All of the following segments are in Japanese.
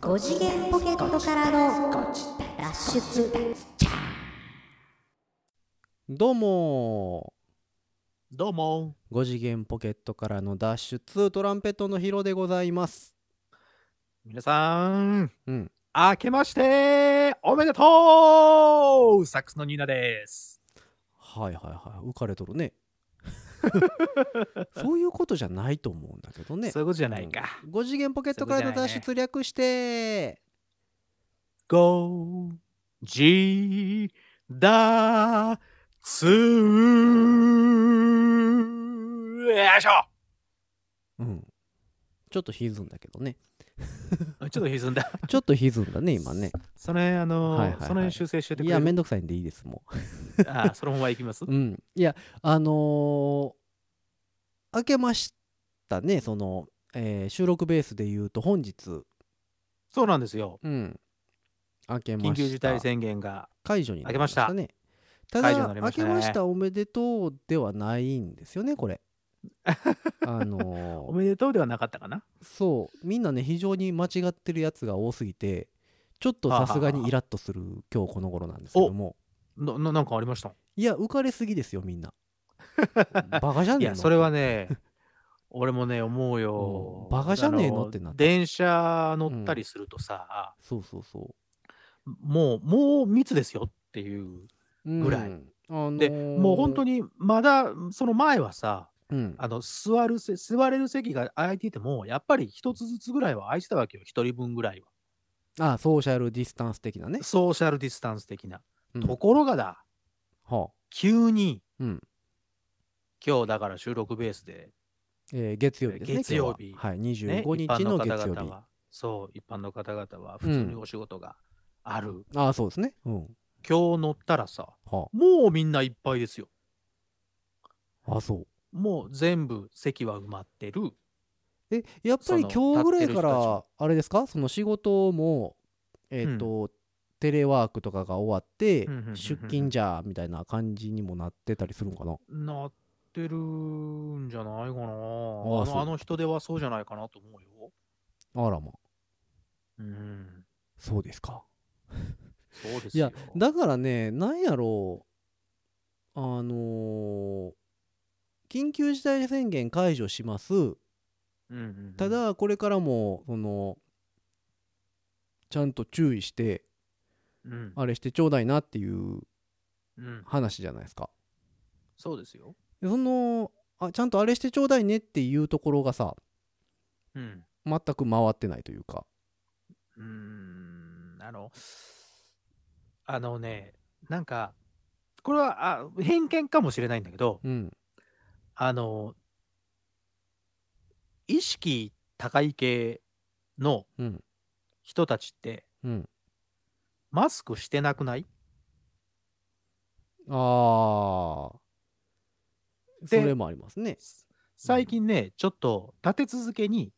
5次元ポケットからの脱出どうもどうもー5次元ポケットからの脱出トランペットのヒロでございます皆さん、うん明けましておめでとうサックスのニーナです。はいはいはい浮かれとる ねそういうことじゃないと思うんだけどねそういうことじゃないか。うん5次元ポケットからの脱出略して、ご、じ、だ、つー、よいしょうんちょっと歪んだけど ねちょっと歪んだ。ちょっと歪んだね今ねその辺、あのーはいはいはいその辺修正してていくれやるめんどくさいんでいいですもあーそのままいきますう、うん、いやあのー、明けましたねその、えー収録ベースで言うと本日そうなんですよ。うん。開けました。緊急事態宣言が。解除になりね。た解除だ、になりま開したけねましたおめでとうではないんですよね、こ れ。あおのーめでとうではなかったかなそう、みんなね、非常に間違ってるやつが多すぎて、ちょっとさすがにイラッとする今日この頃なんですけども、なななんかありましたいや、浮かれすぎですよ、みん な。バカじゃいねえのや、それはね、俺もね、思うう。よんバカじゃねえのってなあっの電車乗ったりするとさ、そうそうそもう、もう密ですよっていう。う。うんぐらい。あので、もう本当に、に、まだ、その前はさ、うん、あの、座るせ、座れる席が空いてても、やっぱり一つずつぐらいは空いてたわけよ。一人分ぐらいは。あソーシャルディスタンス的なね。ソーシャルディスタンス的な。うんところがだ、はあ急に、うん今日だから収録ベースで、えー月曜日ですね。月曜日今日ははい、ね、 25日の月曜一般の方日。々は、そう、一般の方々は普通にお仕事がある。ああ、そうですね。うん。今日乗ったらさ、はもうみんないっぱいですよ。あ。あ、そう。もう全部席は埋まってる。え、やっぱりその今日ぐらい立っかてる人たちらも、あれですかその仕事も、えっ、と、テレワークとかが終わってうんうんうんう、ん出勤じゃーみたいな感じにもなってたりするのかな。なってるんじゃないかな。あそうのあの人ではそうじゃないかなと思うよ。あらまあ、うん。そうですか。そうですいやよ。、だからね、なんやろう、あのー緊急事態宣言解除します。うんうんうんた、だこれからもそのちゃんと注意してうんあれしてちょうだいなっていううん、話じゃないですかそうですよ。でそのあちゃんとあれしてちょうだいねっていうところがさうん。全く回ってないというかうーん。あの、あのね、なんか、これはあ偏見かもしれないんだけど、うんあの、意識高い系のうん人たちって、うんマスクしてなくないああそでれもありますね最近ね、ちょっと立て続けに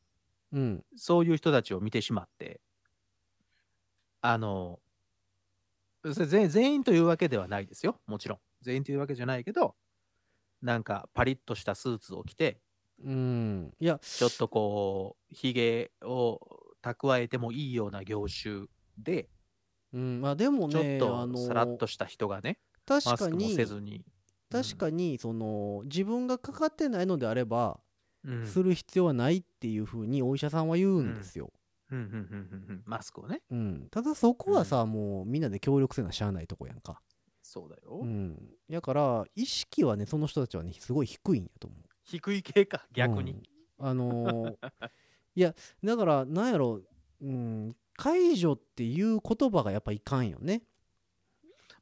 うんそういう人たちを見てしまって、あの、ぜ全全員というわけではないですよ、もちろん。全員というわけじゃないけど、なんかパリッとしたスーツを着て、うんいやちょっとこう、ひげを蓄えてもいいような業種で、うんまあでもちょっねあとのさらっとした人がね、確マかスクもにせずに。確かにその自分がかかってないのであればうん、うんする必要はないっていうふうにお医者さんは言うんですよ。うんうんうんうんうんマスクをね。うん、ただそこはさ、もうみんなで協力せなしゃあないとこやんか。そうだよ。うん。やから意識はねその人たちはねすごい低いんやと思う。低い系か、逆に。うん。あ のーいやだからなんやろう、うん、解除っていう言葉がやっぱいかんよね。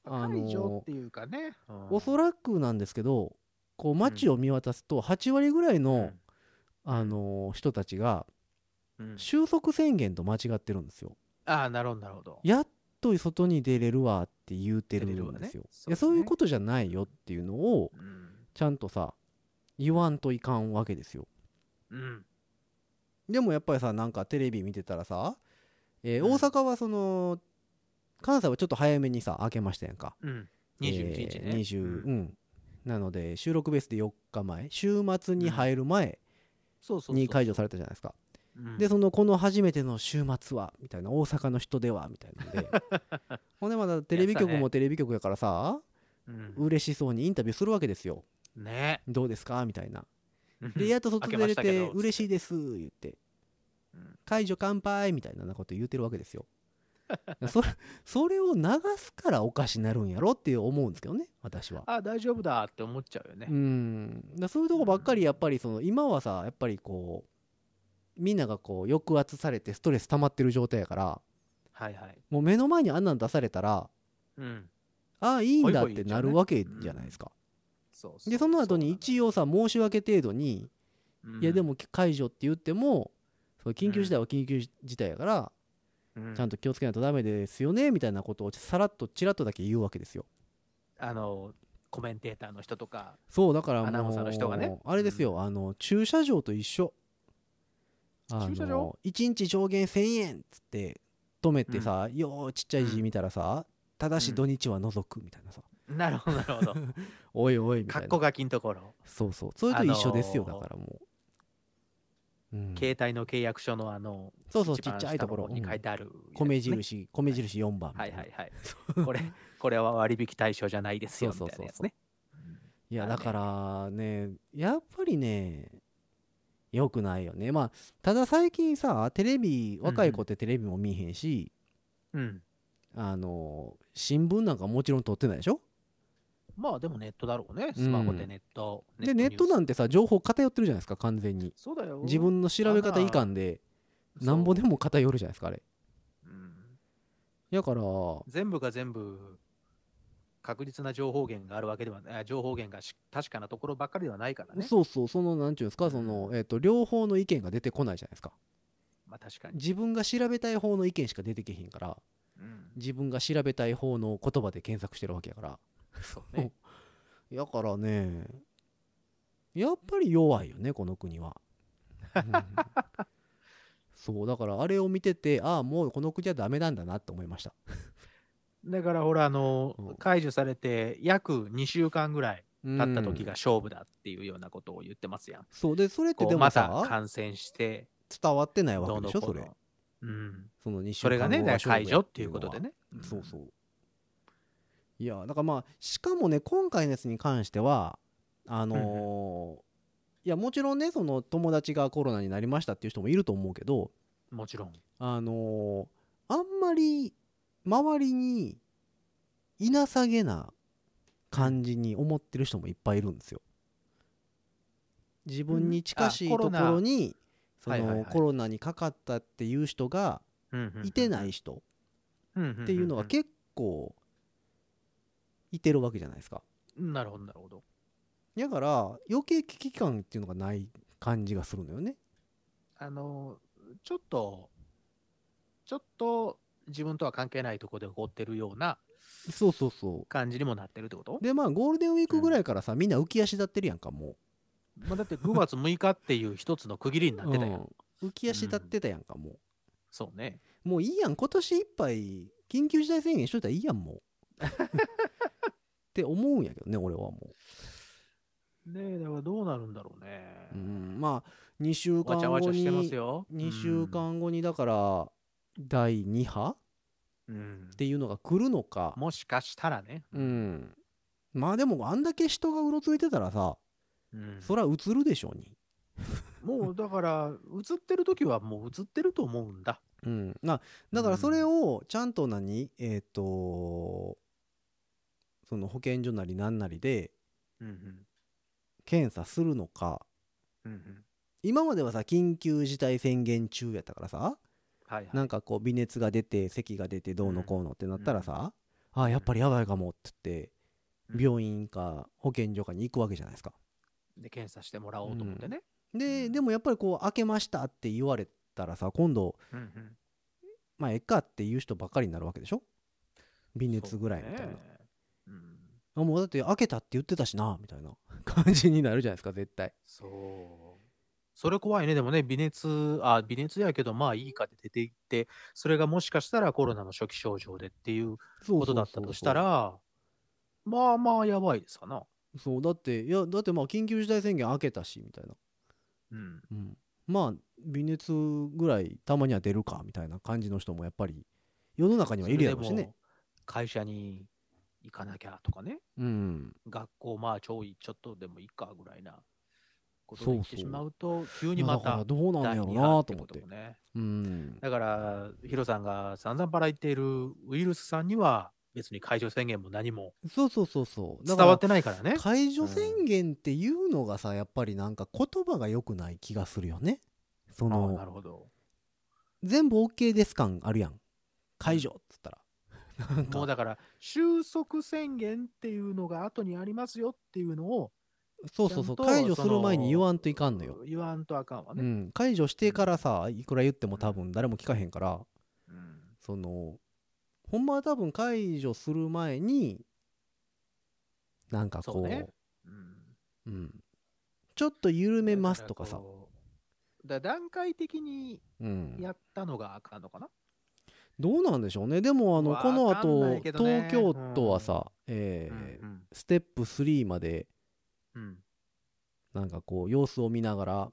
あのー解除っていうかね。うんおそらくなんですけどこう街を見渡すと8割ぐらいの、あのー人たちがうんうん収束宣言と間違ってるんですよ。ああ、なるほど、なるほど。やっと外に出れるわって言うてるん出れるわでねすよ。そいうだねやそういうことじゃないよっていうのをうん。ちゃんとさ言わんといかんわけですよ。うん。でもやっぱりさなんかテレビ見てたらさ、えーうん大阪はその、関西はちょっと早めにさ開けましたやんか。うん。21日えね。ー20ううんんなので収録ベースで4日前週末に入る前そうそうそうに解除されたじゃないですかうんでそのこの初めての週末はみたいな大阪の人ではみたい なんでほんでまだテレビ局やってたもねテレビ局やからさうん嬉しそうにインタビューするわけですよねどうですかみたいなでやっと外開けま出れしたけてど嬉しいです言ってうん解除乾杯みたいなこと言うてるわけです よそれそれを流すからおかしなるんやろって思うんですけどね私はあ大丈夫だって思っちゃうよねうんだからそういうとこばっかりやっぱりその今はさやっぱりこうみんながこう抑圧されてストレス溜まってる状態やからはいはいもう目の前にあんなん出されたらうんああいいんだっほいほていなるわけじゃないですかそううでその後に一応さ申し訳程度にそういやでも解除って言ってもその緊急事態は緊急事態やからうんちゃんと気をつけないとダメですよねみたいなことをさらっとちらっとだけ言うわけですよあのコメンテーターの人とかそうだからアナウンサーの人がねもうあれですよあの駐車場と一緒あ駐車の場1日上限1000円っつって止めてさようちっちゃい字見たらさただし土日は除くみたいなさなるほどなる ほどおいおいみたい格な好書きのところそうそうそれと一緒ですよあだのーからもううん携帯の契約書のあのそうそう一ちっ番ちゃい下とのころ方に書いてあるやつねうん米印米印4番みたはいいなはい はいこれこれは割引対象じゃないですよそうみそうたいそうなやつねいやあのだねからねやっぱりね良くないよねまあただ最近さテレビんうん若い子ってテレビも見へんし、うんあの新聞なんかもちろん撮ってないでしょまあでもネットだろうねうんスマホでネットでネットニューなんてさ情報偏ってるじゃないですか完全にスそうだよ自分の調べ方いかんでそうなんぼでも偏るじゃないですかあれうんだから全部が全部確実な情報源があるわけではないあ情報源がし確かなところばっかりではないからねそうそうそのなんちゅうんですかそのえっと両方の意見が出てこないじゃないですかまあ確かに、自分が調べたい方の意見しか出てけへんからうん自分が調べたい方の言葉で検索してるわけやからそうね やからねやっぱり弱いよねこの国は、 うんそうだからあれを見ててああもうこの国はダメなんだなって思いましただからほらあの、うん解除されて約2週間ぐらいた経った時が勝負だっていうようなことを言ってますやん、そうでそれってこでうもまたさ感染して伝わってないわどけうでのしょこそうれのうんその2週それが間後ねだがから解除っていう勝こ負とやでね、っていうのはそうそういやだからまあしかもね今回のやつに関してはあのーいやもちろんねその友達がコロナになりましたっていう人もいると思うけど、うんもちろんあのーあんまり周りにいなさげな感じに思ってる人もいっぱいいるんですよ。自分に近しいうんあとコこロナろにそはいはいはのいコロナにかかったっていう人がいてない人っっていうのが結構いてるわけじゃないですか。なるほどなるほどだから余計危機感っていうのがない感じがするのよね。あのちょっとちょっと自分とは関係ないところで起こってるようなそうそうそ感じにもなってるってことう。でまあゴールデンウィークぐらいからさみんな浮き足立ってるやんかもう。まあ、だって5月6日っていう一つの区切りになってたよ、 うん、浮き足立ってたやんか、もそうねうもういいやん今年いっぱい緊急事態宣言しといたらいいやんもうって思うんやけどね俺はもねえだからどうなるんだろうねう、うん、まあ2週間わちゃわち後ゃしてますによ2週、間後にだから第2波っうんうんていうのが来るのかもしかしたらね、うんまあでもあんだけ人がうろついてたらさうんそらうつるでしょうにもうだから映ってる時はもう映ってると思うんだうん、なだからそれをちゃんと何えっ、とその保健所なりなんなりでうんうん検査するのかうんうん今まではさ緊急事態宣言中やったからさはいはいなんかこう微熱が出て咳が出てどうのこうのってなったらさ、ああやっぱりやばいかもって言ってうん病院か保健所かに行くわけじゃないですか。で検査してもらおうと思ってね、でうんでもやっぱりこう開けましたって言われたらさ今度うんうんまあえっかっていう人ばっかりになるわけでしょ微熱ぐらいみたいそうなね。うんあもうだって開けたって言ってたしなみたいな 感じになるじゃないですか絶対そうそれ怖いねでもね微熱あ微熱やけどまあいいかって出て行ってそれがもしかしたらコロナの初期症状でっていうそうことだったとしたらまあまあやばいですかなそうだっていやだってまあ緊急事態宣言開けたしみたいなうん。うん、まあ微熱ぐらいたまには出るかみたいな感じの人もやっぱり世の中にはいるやろうしそれでねも。会社に行かなきゃとかね。うん、学校まあちょいちょっとでもいいかぐらいなことそうをそう言ってしまうと急にいやまだからたどうなん第やろう二な波と思っことてもねうんだからヒロさんが散々ばら言っているウイルスさんには別に解除宣言も何もそうそうそうそうだ伝かわっらてないからね解除宣言っていうのがさやっぱりなんか言葉が良くない気がするよねそああなのるほど全部 OK です感あるやん解除っつったらなんもうかだから収束宣言っていうのが後にありますよっていうのをそうそうそうちゃんと解除する前にそ言わんといかんのよ言わんとあかんわうね、ん、解除してからさいくら言っても多分誰も聞かへんからうんそのほんまは多分解除する前になんかそこううねうんうん、ちょっと緩めますとかさだらこうだから段階的にうん、やったのがあかんのかな、どうなんでしょうねでもあのわこのあわかんなといけどね東京都はさ、えーうんステップ3までうんなんかこう様子を見ながら、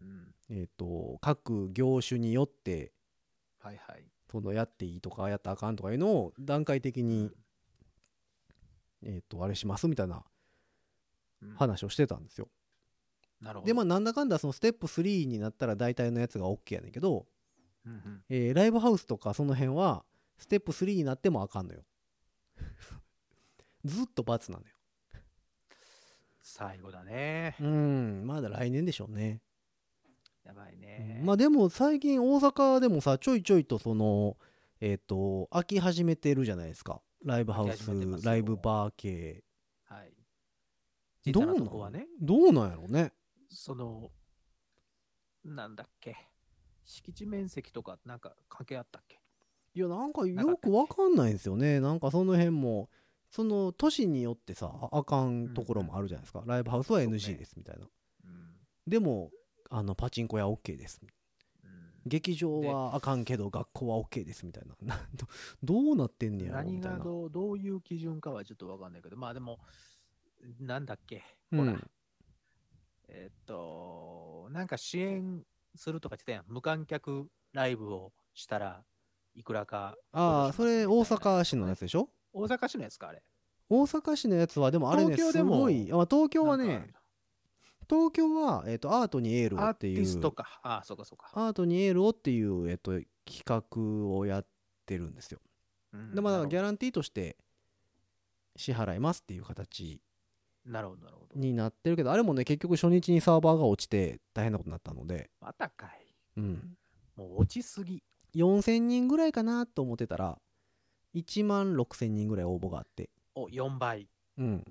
うんえー、と各業種によってはいはいそのやっていいとかやったらあかんとかいうのを段階的に、えー、とあれしますみたいなうん話をしてたんですよ。なるほどでまあなんだかんだそのステップ3になったら大体のやつが OK やねんけど、うんうんえーライブハウスとかその辺はステップ3になってもあかんのよ。 ずっと罰なのよ。最後だねうんまだ来年でしょうね。やばいねまあでも最近大阪でもさちょいちょいとそのえっ、と飽き始めてるじゃないですかライブハウ飽き始めてますスよライブバー系はいどう実はななとこはのねどうなんやろうねそのなんだっけ敷地面積とかなんか関係あったっけいやなんかなかよったっけくわかんないんですよねなんかその辺もその都市によってさああかんところもあるじゃないですか、ライブハウスはそうね NG ですみたいな、うんでもあのパチンコ屋 OK ですうん劇場はあかんけど学校は OK ですみたいな なんどどうなってんねやろみ何たいがなどうどういう基準かはちょっとわかんないけどまあでもなんだっけうほんら、えっと、なんか支援するとか言ってたやん。無観客ライブをしたらいくらか。ああそれ大阪市のやつつ。でしょ大阪市のやつか、あれ。大阪市のやつはでもあれね東京ですもごいあ東京はなんねか東京は、えっとアートにエールをアーってテいうィストか。ああ、そうかそうか。アートにエールをっていう、えっと企画をやってるんですようんでまあだからギャなるランティーとして支払いますっていう形ほど、なるほど。になってるけどあれもね結局初日にサーバーが落ちて大変なことになったので、またかい。うん、もう落ちすぎ。 4000人ぐらいかなと思ってたら1万6000人ぐらい応募があってお、4倍。うん、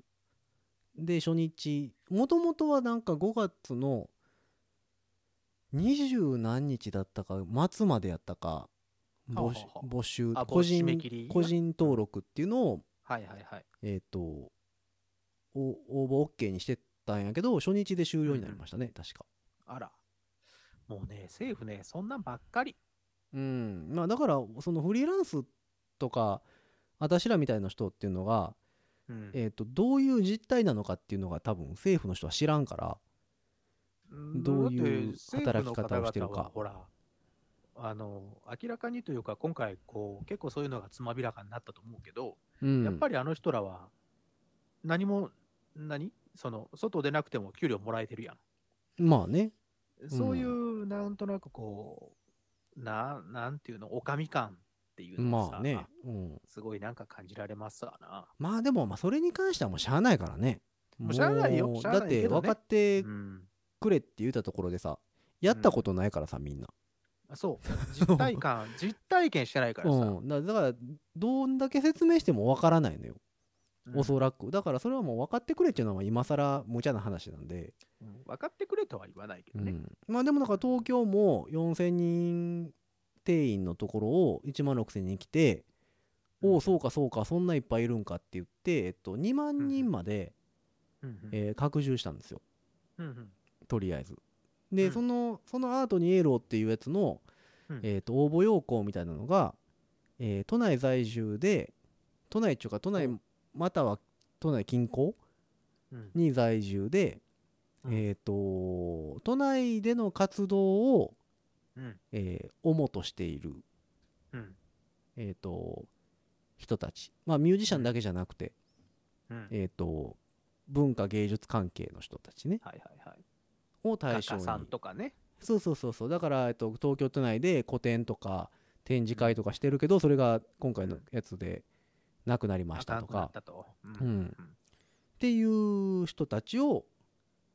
で初日もともとはなんか5月の二十何日だったか末までやったか募集はあはあ募集個あ人もう締め切りが個人登録っていうのをはいはいはい。えっ、とお応募 OK にしてたんやけど初日で終了になりましたね、確かあら。もうね、政府ね、そんなんばっかり。うんまあだからそのフリーランスとか私らみたいな人っていうのが、うんえー、とどういう実態なのかっていうのが多分政府の人は知らんからどういう働き方をしてるかだって政府の方々はほら、あの、明らかにというか、今回、こう、結構そういうのがつまびらかになったと思うけど、やっぱりりあの人らは、何も、何その、外出なくても給料もらえてるやまあねん。そういう、なんとなくこう、な、なんていうの、おかみ感っていうのがさ、まあね、うん、すごいなんか感じられますわな。まあでもまあそれに関してはもうしゃあないからねもうしゃあないよもうしゃあだなっいけてどね分かってうん。くれって言ったところでさやったことないからさみんな、そう。実体 感、実体験してないからさ。うん、だだからどんだけ説明しても分からないのよ、うんおそらくだからそれはもう分かってくれっていうのは今更無茶な話なんで、うん分かってくれとは言わないけうどね。ん、まあでもなんか東京も4000人定員のところを1万6000人来て、うんおおそうかそうかそんないっぱいいるんかって言って、えっと、2万人まで、うんうんえー拡充したんですようんうんとりあえずで、うんそのそのアートにエーローっていうやつの、うんえー、と応募要項みたいなのが、えー都内在住で都内っていうか都内または都内近郊うんに在住で、うんえっ、と都内での活動を、うんえー主としている、うんえー、と人たち、まあ、ミュージシャンだけじゃなくて、うんはいえー、と文化芸術関係の人たちねはいはいを対画象家にさんとかねそうそうそうそうだから、えっと、東京都内で個展とか展示会とかしてるけどそれが今回のやつでなくなりましたとあかんくなかったとうんうんっていう人たちを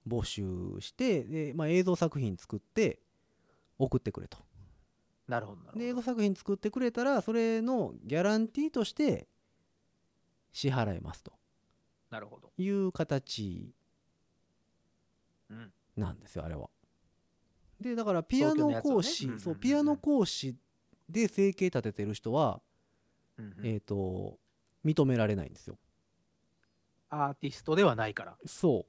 募集してで、まあ、映像作品作って送ってくれとなるほどなで映る像ほど作品作ってくれたらそれのギャランティーとして支払いますとなるほどいう形うんなんですよあれは。でだからピアノ講師、東京のやつをねそううんうんうんうんピアノ講師で生計立ててる人は、うんうんえっ、と認められないんですよ。アーティストではないからそ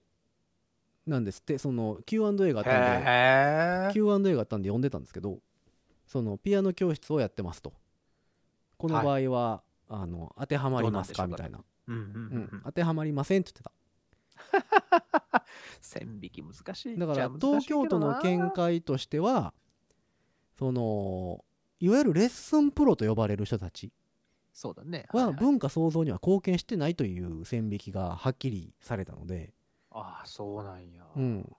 うなんですってその Q&A があったんでへえ Q&A があったんで読んでたんですけどそのピアノ教室をやってますとこの場合は、あの当てはまりますかどみうたないな、うんうんううんんうん当てはまりませんって言ってた線引き難しいだかじゃらあ難し東い京けど都なの見解としてはそのいわゆるレッスンプロと呼ばれる人たちそうだねはいい文化創造には貢献してないという線引きがはっきりされたので、ああそうなんやうん、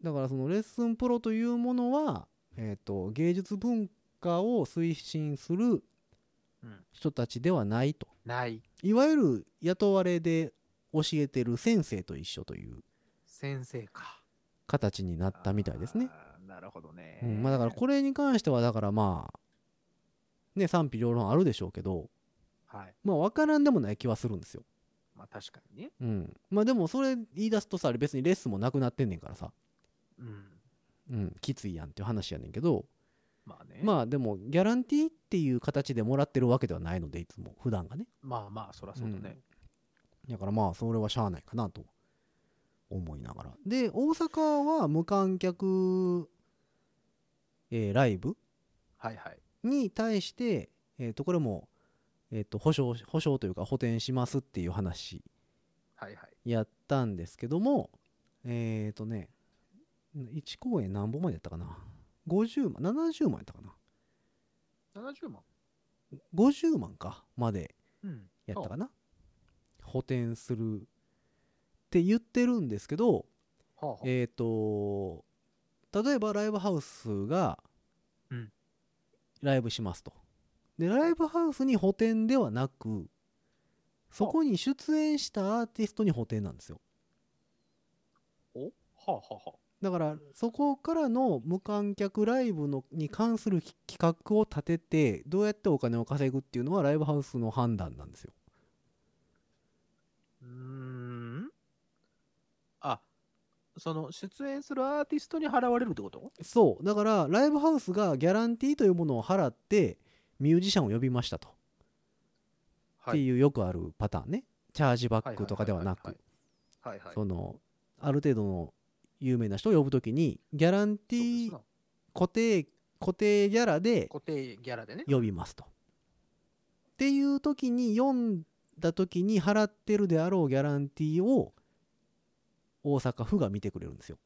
だからそのレッスンプロというものは、えー、と芸術文化を推進するうん人たちではないとないいわゆる雇われで教えてる先生と一緒という先生か形になったみたいですね。あーなるほどねうんまあ、だからこれに関してはだからまあね賛否両論あるでしょうけどはいまあ分からんでもない気はするんですよ。まあ確かにねうん、まあでもそれ言い出すとさ別にレッスンもなくなってんねんからさ、うんうん、きついやんっていう話やねんけどまあねまあまあでもギャランティーっていう形でもらってるわけではないのでいつも普段がねまあそらそうだねだからまあそれはしゃあないかなと思いながらで大阪は無観客、えーライブはいはいに対して、えーとこれも、えー、と保証保証というか補填しますっていう話はいはいやったんですけどもえっ、ー、とね1公演何本までやったかな50万70万やったかな70万50万かまでうんやったかな補填するって言ってるんですけどはあはあえっ、と例えばライブハウスがうんライブしますと、でライブハウスに補填ではなくそこに出演したアーティストに補填なんですよおはあはあはあだからそこからの無観客ライブのに関する企画を立ててどうやってお金を稼ぐっていうのはライブハウスの判断なんですようーんあその出演するアーティストに払われるってことそうだからライブハウスがギャランティーというものを払ってミュージシャンを呼びましたと、はっていうよくあるパターンねチャージバックとかではなはいくはいはいはいはいはいそのある程度の有名な人を呼ぶときにギャランティーそうです固定固定ギャラでな固定ギャラでね呼びますと。っていう時に読んだ時に払ってるであろうギャランティーを大阪府が見てくれるんですよ。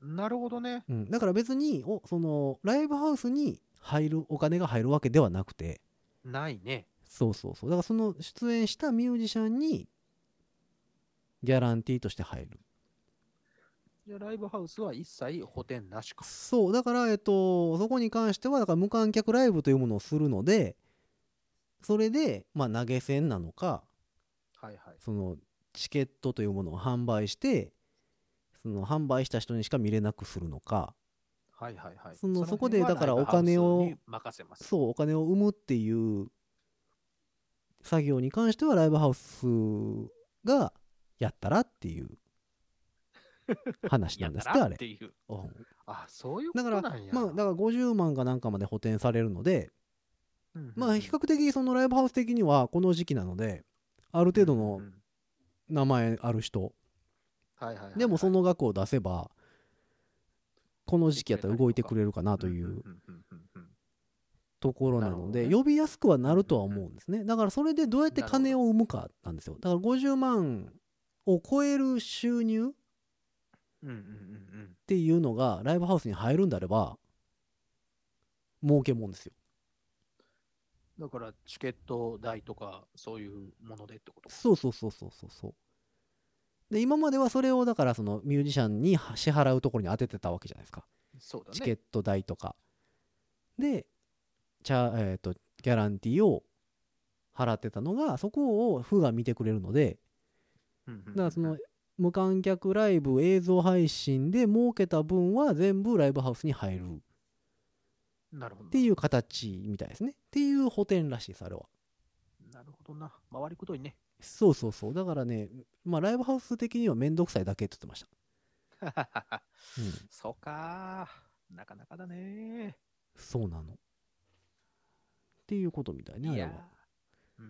なるほどねうん、だから別におそのライブハウスに入るお金が入るわけではなくてないねそうそうそうだからその出演したミュージシャンにギャランティーとして入るじゃあライブハウスは一切補填なしかそうだからえっとそこに関してはだから無観客ライブというものをするのでそれでまあ投げ銭なのかはいはいそのチケットというものを販売してその販売した人にしか見れなくするのかはいはいはいその辺そこではだからライブハウスお金をに任せますそうお金を生むっていう作業に関してはライブハウスがやったらっていう話なやっんですた ってらあっれていううんあそういうこだとからまなあんやだから50万かなんかまで補填されるのでうんうんうんまあ比較的そのライブハウス的にはこの時期なのである程度のうんうん名前ある人はいはいはいはいでもその額を出せばこの時期やったら動いてくれるかなといんうんうんうんうんところなのなるでほどね呼びやすくはなるとは思うんですねだからそれでどうやって金を生むかなんですよだから50万を超える収入うんうんうんていうのがライブハウスに入るんであれば儲けもんですようん。だから、チケット代とか、そういうものでってことか。そうそうそうそうそうそうで今まではそれをだからそのミュージシャンに支払うところに当ててたわけじゃないですかそうだね。チケット代とかでチャ、えー、とギャランティーを払ってたのがそこを府が見てくれるのでうんうんうんだからその無観客ライブ映像配信で儲けた分は全部ライブハウスに入るっなるほど。ていう形みたいですねっていう補填らしいですあれはなるほどな。回りくどいね。そうそうそうだからねまあライブハウス的には面倒くさいだけって言ってました、 うん、そうかー。なかなかだねそうなのっていうことみたいねー。あいれやはー。う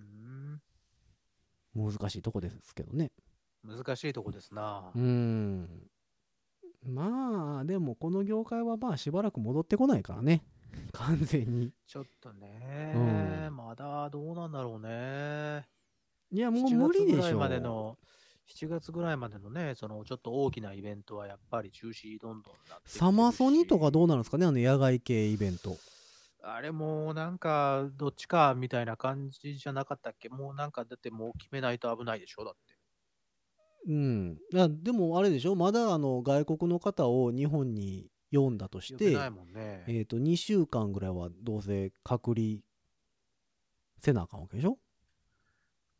ーん。難しいとこですけどね難しいとこですなう。んまあでもこの業界はまあしばらく戻ってこないからね 完全にちょっとね、うんまだどうなんだろうね。いやもう無理7月でぐらしいょまでの7月ぐらいまでのね、そのちょっと大きなイベントはやっぱり中止どんどんなってきてるしサマソニとかどうなるんですかねあの野外系イベントあれもなんかどっちかみたいな感じじゃなかったっけもうなんかだってもう決めないと危ないでしょだって。うんあでもあれでしょまだあの外国の方を日本に読んだとし呼てべないもんね。えっ、と2週間ぐらいはどうせ隔離せなあかんわけでしょ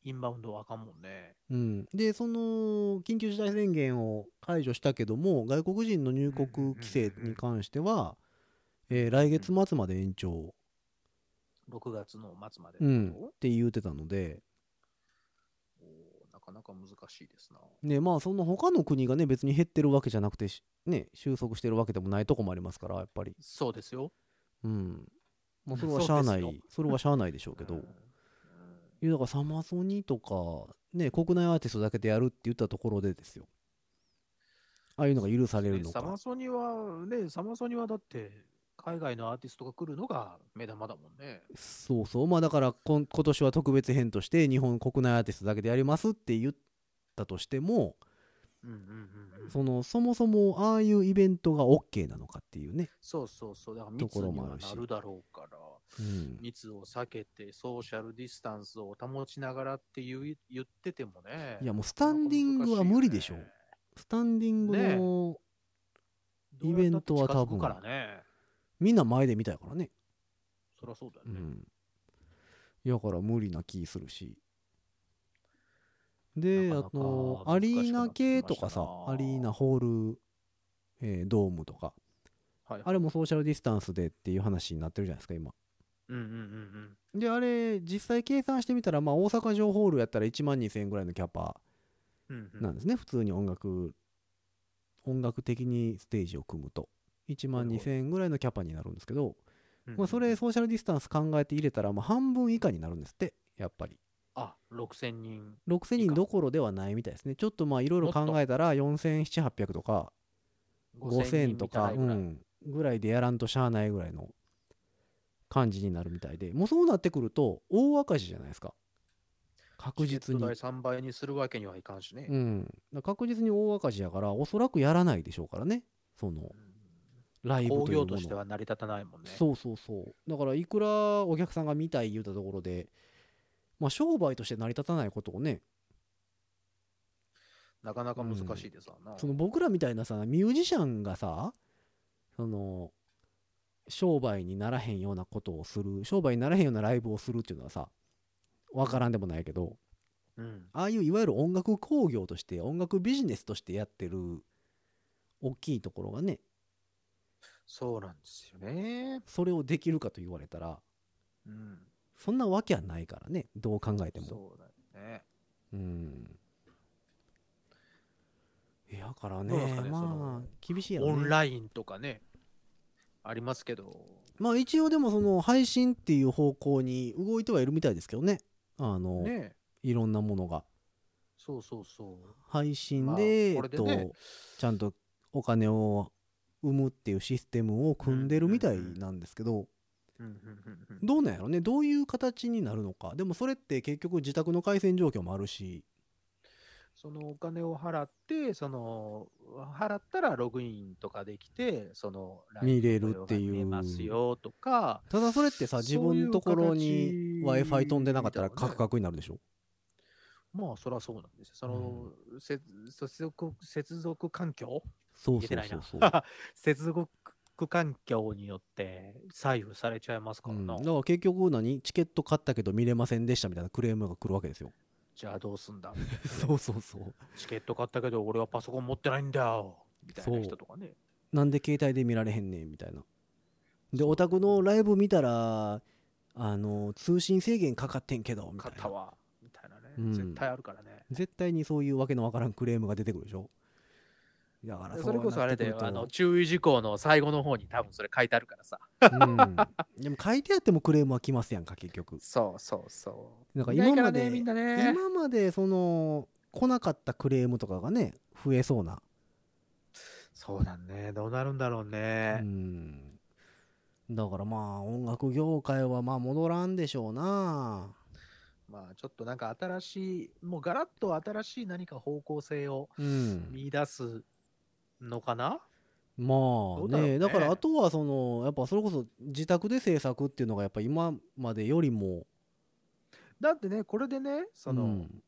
インバウンドはあかんもんね。うん、でその緊急事態宣言を解除したけども外国人の入国規制に関しては、えー来月末まで延長、 6月の末までってうこん、とって言うてたので、おーなかなか難しいですな。ねまあ、その他の国がね別に減ってるわけじゃなくてし、ね、収束してるわけでもないとこもありますからやっぱり、そうですよ。うんまあ、それそはうですしゃあないよそれはしゃあないでしょうけど、うんいやだからサマソニとか、ね、国内アーティストだけでやるって言ったところでですよああいうのが許されうんるのサマかソニは、ね、サマソニはだって、海外のアーティストが来るのが目玉だもんね。そうそうまあだからこん今年は特別編として日本国内アーティストだけでやりますって言ったとしてもうんうんうんうん、そのそもそもああいうイベントが OK なのかっていうね、そうそうそう、だからと密ころにもあはるしなるだろうから、うん、密を避けて、ソーシャルディスタンスを保ちながらって言う言っててもね。いやもうスタンディングは無理でしょなかなかスタンディングの難しいよねイベントは多ど分うやったって近づくからね。みんな前で見たいからね、そりゃそうだようね。ん、やから無理な気するしでなかなかあのア難しくなってリーきましたなナ系とかさアリーナホール、えードームとかはいはいあれもソーシャルディスタンスでっていう話になってるじゃないですか今うんうんうんうん。であれ実際計算してみたら、まあ、大阪城ホールやったら1万2000円ぐらいのキャパうんうんなんですね、普通に音楽音楽的にステージを組むと1万2000円ぐらいのキャパになるんですけど、うんうんまあ、それソーシャルディスタンス考えて入れたら、まあ、半分以下になるんですってやっぱりあ、6000人。 6000人どころではないみたいですねちょっとまあいろいろ考えたら4700800とか5000とか、う人満たないぐらいん、ぐらいでやらんとしゃあないぐらいの感じになるみたいでもうそうなってくると大赤字じゃないですか確実にチケッ、ト代3倍にするわけにはいかんしね。うん、だから確実に大赤字やからおそらくやらないでしょうからねそのライブ工というも業のとしては成り立たないもんね。そうそうそうだからいくらお客さんが見たい言うたところでまあ商売として成り立たないことをねなかなか難しいですわな。その僕らみたいなさミュージシャンがさその商売にならへんようなことをする商売にならへんようなライブをするっていうのはさわからんでもないけどうん、ああいういわゆる音楽工業として音楽ビジネスとしてやってる大きいところがねそうなんですよね。それをできるかと言われたらうん、そんなわけはないからねどう考えてもそうだよね。うんいやだからどうなんすねかねそまあの厳しいやろオねンラインとかね、ありますけど、まあ一応でもその配信っていう方向に動いてはいるみたいですけどね。あの、ね、いろんなものが。そうそうそう。配信まあで、これでねえっと、ちゃんとお金を生むっていうシステムを組んでるみたいなんですけど、うんうんうんうんどうなんやろね、どういう形になるのか。でもそれって結局自宅の回線状況もあるし、そのお金を払って、その、払ったらログインとかできて、その、見れるっていう見れますよとか、ただそれってさそうい自う分のところに形 w i f i 飛んでなかったらみたいなカねクカクになるでしょまあ、そりゃそうなんですよ。その、接接続、接続環境 そう言えそてうないそうなそう、 接続環境によって左右されちゃいますかうらん、な。だから結局何チケット買ったけど見れませんでしたみたいなクレームが来るわけですよじゃあどうすんだそう そうそうチケット買ったけど俺はパソコン持ってないんだよみたいな人とかね。なんで携帯で見られへんねんみたいなでオタクのライブ見たらあの通信制限かかってんけどみた買いったなわ。みたいなね、うん絶対あるからね。絶対にそういうわけのわからんクレームが出てくるでしょだからそれこそあれだよ、あの、の注意事項の最後の方に多分それ書いてあるからさ。でも書いてあってもクレームは来ますやんか結局そうそうそう。なんかいい今らまね、でみんなね。今までその来なかったクレームとかがね増えそうな、そうだね。どうなるんだろううね。んだからまあ音楽業界はまあ戻らんでしょうなまあちょっとなんか新しい、もうガラッと新しい何か方向性をうん見出すのかな、まどあうだろうねねだからあとはそのやっぱそれこそ自宅で制作っていうのがやっぱ今までよりもだってね、これでね、その、うん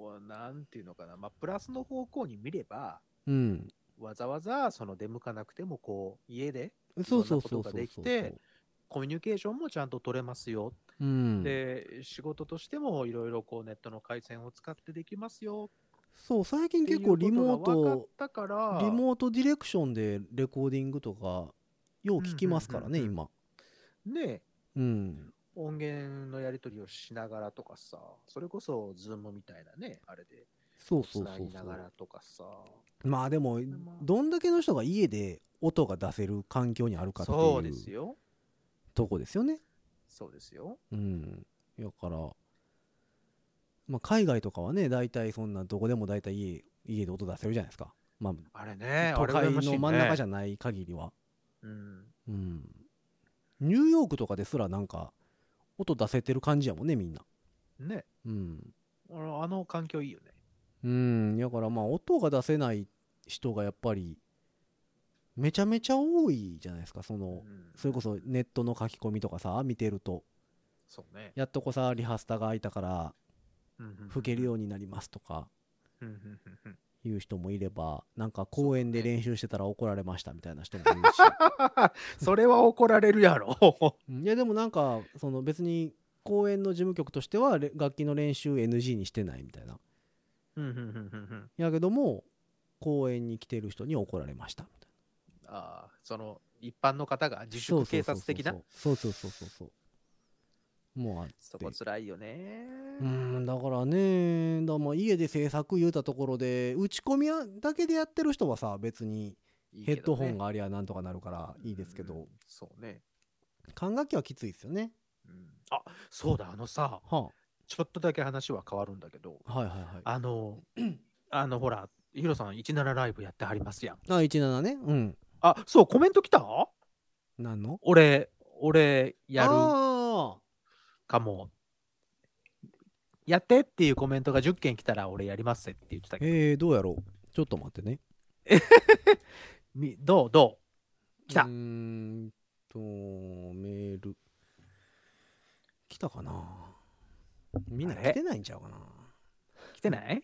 おなんていうのかな、まあプラスの方向に見れば、うんわざわざその出向かなくても、こう、家でそうそうそうそうそういろんなことができてコミュニケーションもちゃんと取れますよ。うん、で、仕事としてもいろいろこうネットの回線を使ってできますよ。そう最近結構リモー分かトったから、リモートディレクションでレコーディングとかよう聞きますからね、うんうん今ね、うん音源のやり取りをしながらとかさ、それこそ、ズームみたいなね、あれで、そうつそうなそぎうなそがうらとかさ。まあでももどんだけの人が家で音が出せる環境にあるかってそうでいすうよ。とこですよね。そうですよ。うん。だから、まあ、海外とかはね大体そんなどこでも大体家家で音出せるじゃないですか。まあれあ、ね、都会の真ん中じゃゃない限りは、うん。うん。ニューヨークとかですらなんか音出せてる感じやもんねみんな。ね、うん。あのあの環境いいよね。うん。だからまあ音が出せない人がやっぱりめちゃめちゃ多いじゃないですかその。うんそれこそネットの書き込みとかさ見てるとそうね。やっとこさリハスタが空いたから吹吹けるようになりますとかうんうんうんうん。いう人もいればなんか公園で練習してたら怒られましたみたいな人もいるしそれは怒られるやろ。 うんいやでもなんかその別に公園の事務局としてはれ楽器の練習 NG にしてないみたいなうんうんうんうんうんやけども公園に来てる人に怒られましたみたいああ、その、一般の方がな自粛警察的な。そうそうそうそうそうそうそうそうもうあってそこ辛いよね。うんだからねだからまあ家で制作言うたところで打ち込みだけでやってる人はさ別にいいヘけどねッドホンがありゃなんとかなるからいいですけど、うんそうね。管楽器はきついですよね、うんあそうだ、あのさ、はちょっとだけ話は変わるんだけど、あ、はいはいはいあ あの、あの、ほら、ヒロさん、17ライブやってはりますやん。 17ねうんあ、そう、コメント来た何の俺、俺、やるあかも。やってっていうコメントが10件来たら俺やりますぜって言ってたーけど、えー、どうやろうちょっと待ってねみどうど来たうーんとメール来たかなみんなあれ来てないんちゃうかなう来てない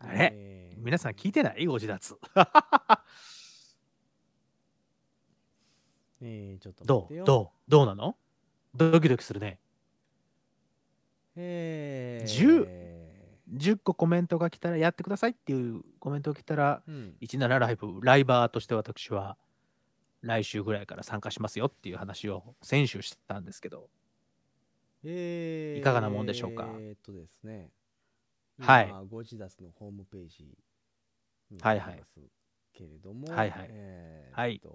あれ、えー皆さん聞いてないご自立。えー、ちょっと待っどてようどうどうなのドキドキするね。えー、 10 10個コメントが来たらやってくださいっていうコメントが来たら、うん、 17ライブ、ライバーとして私は来週ぐらいから参加しますよっていう話を先週してたんですけど、えーいかがなもんでしょうかえーっとですね。はい今。ゴジダスのホームページにはいはいありますけれども、はいはいえはーっいと、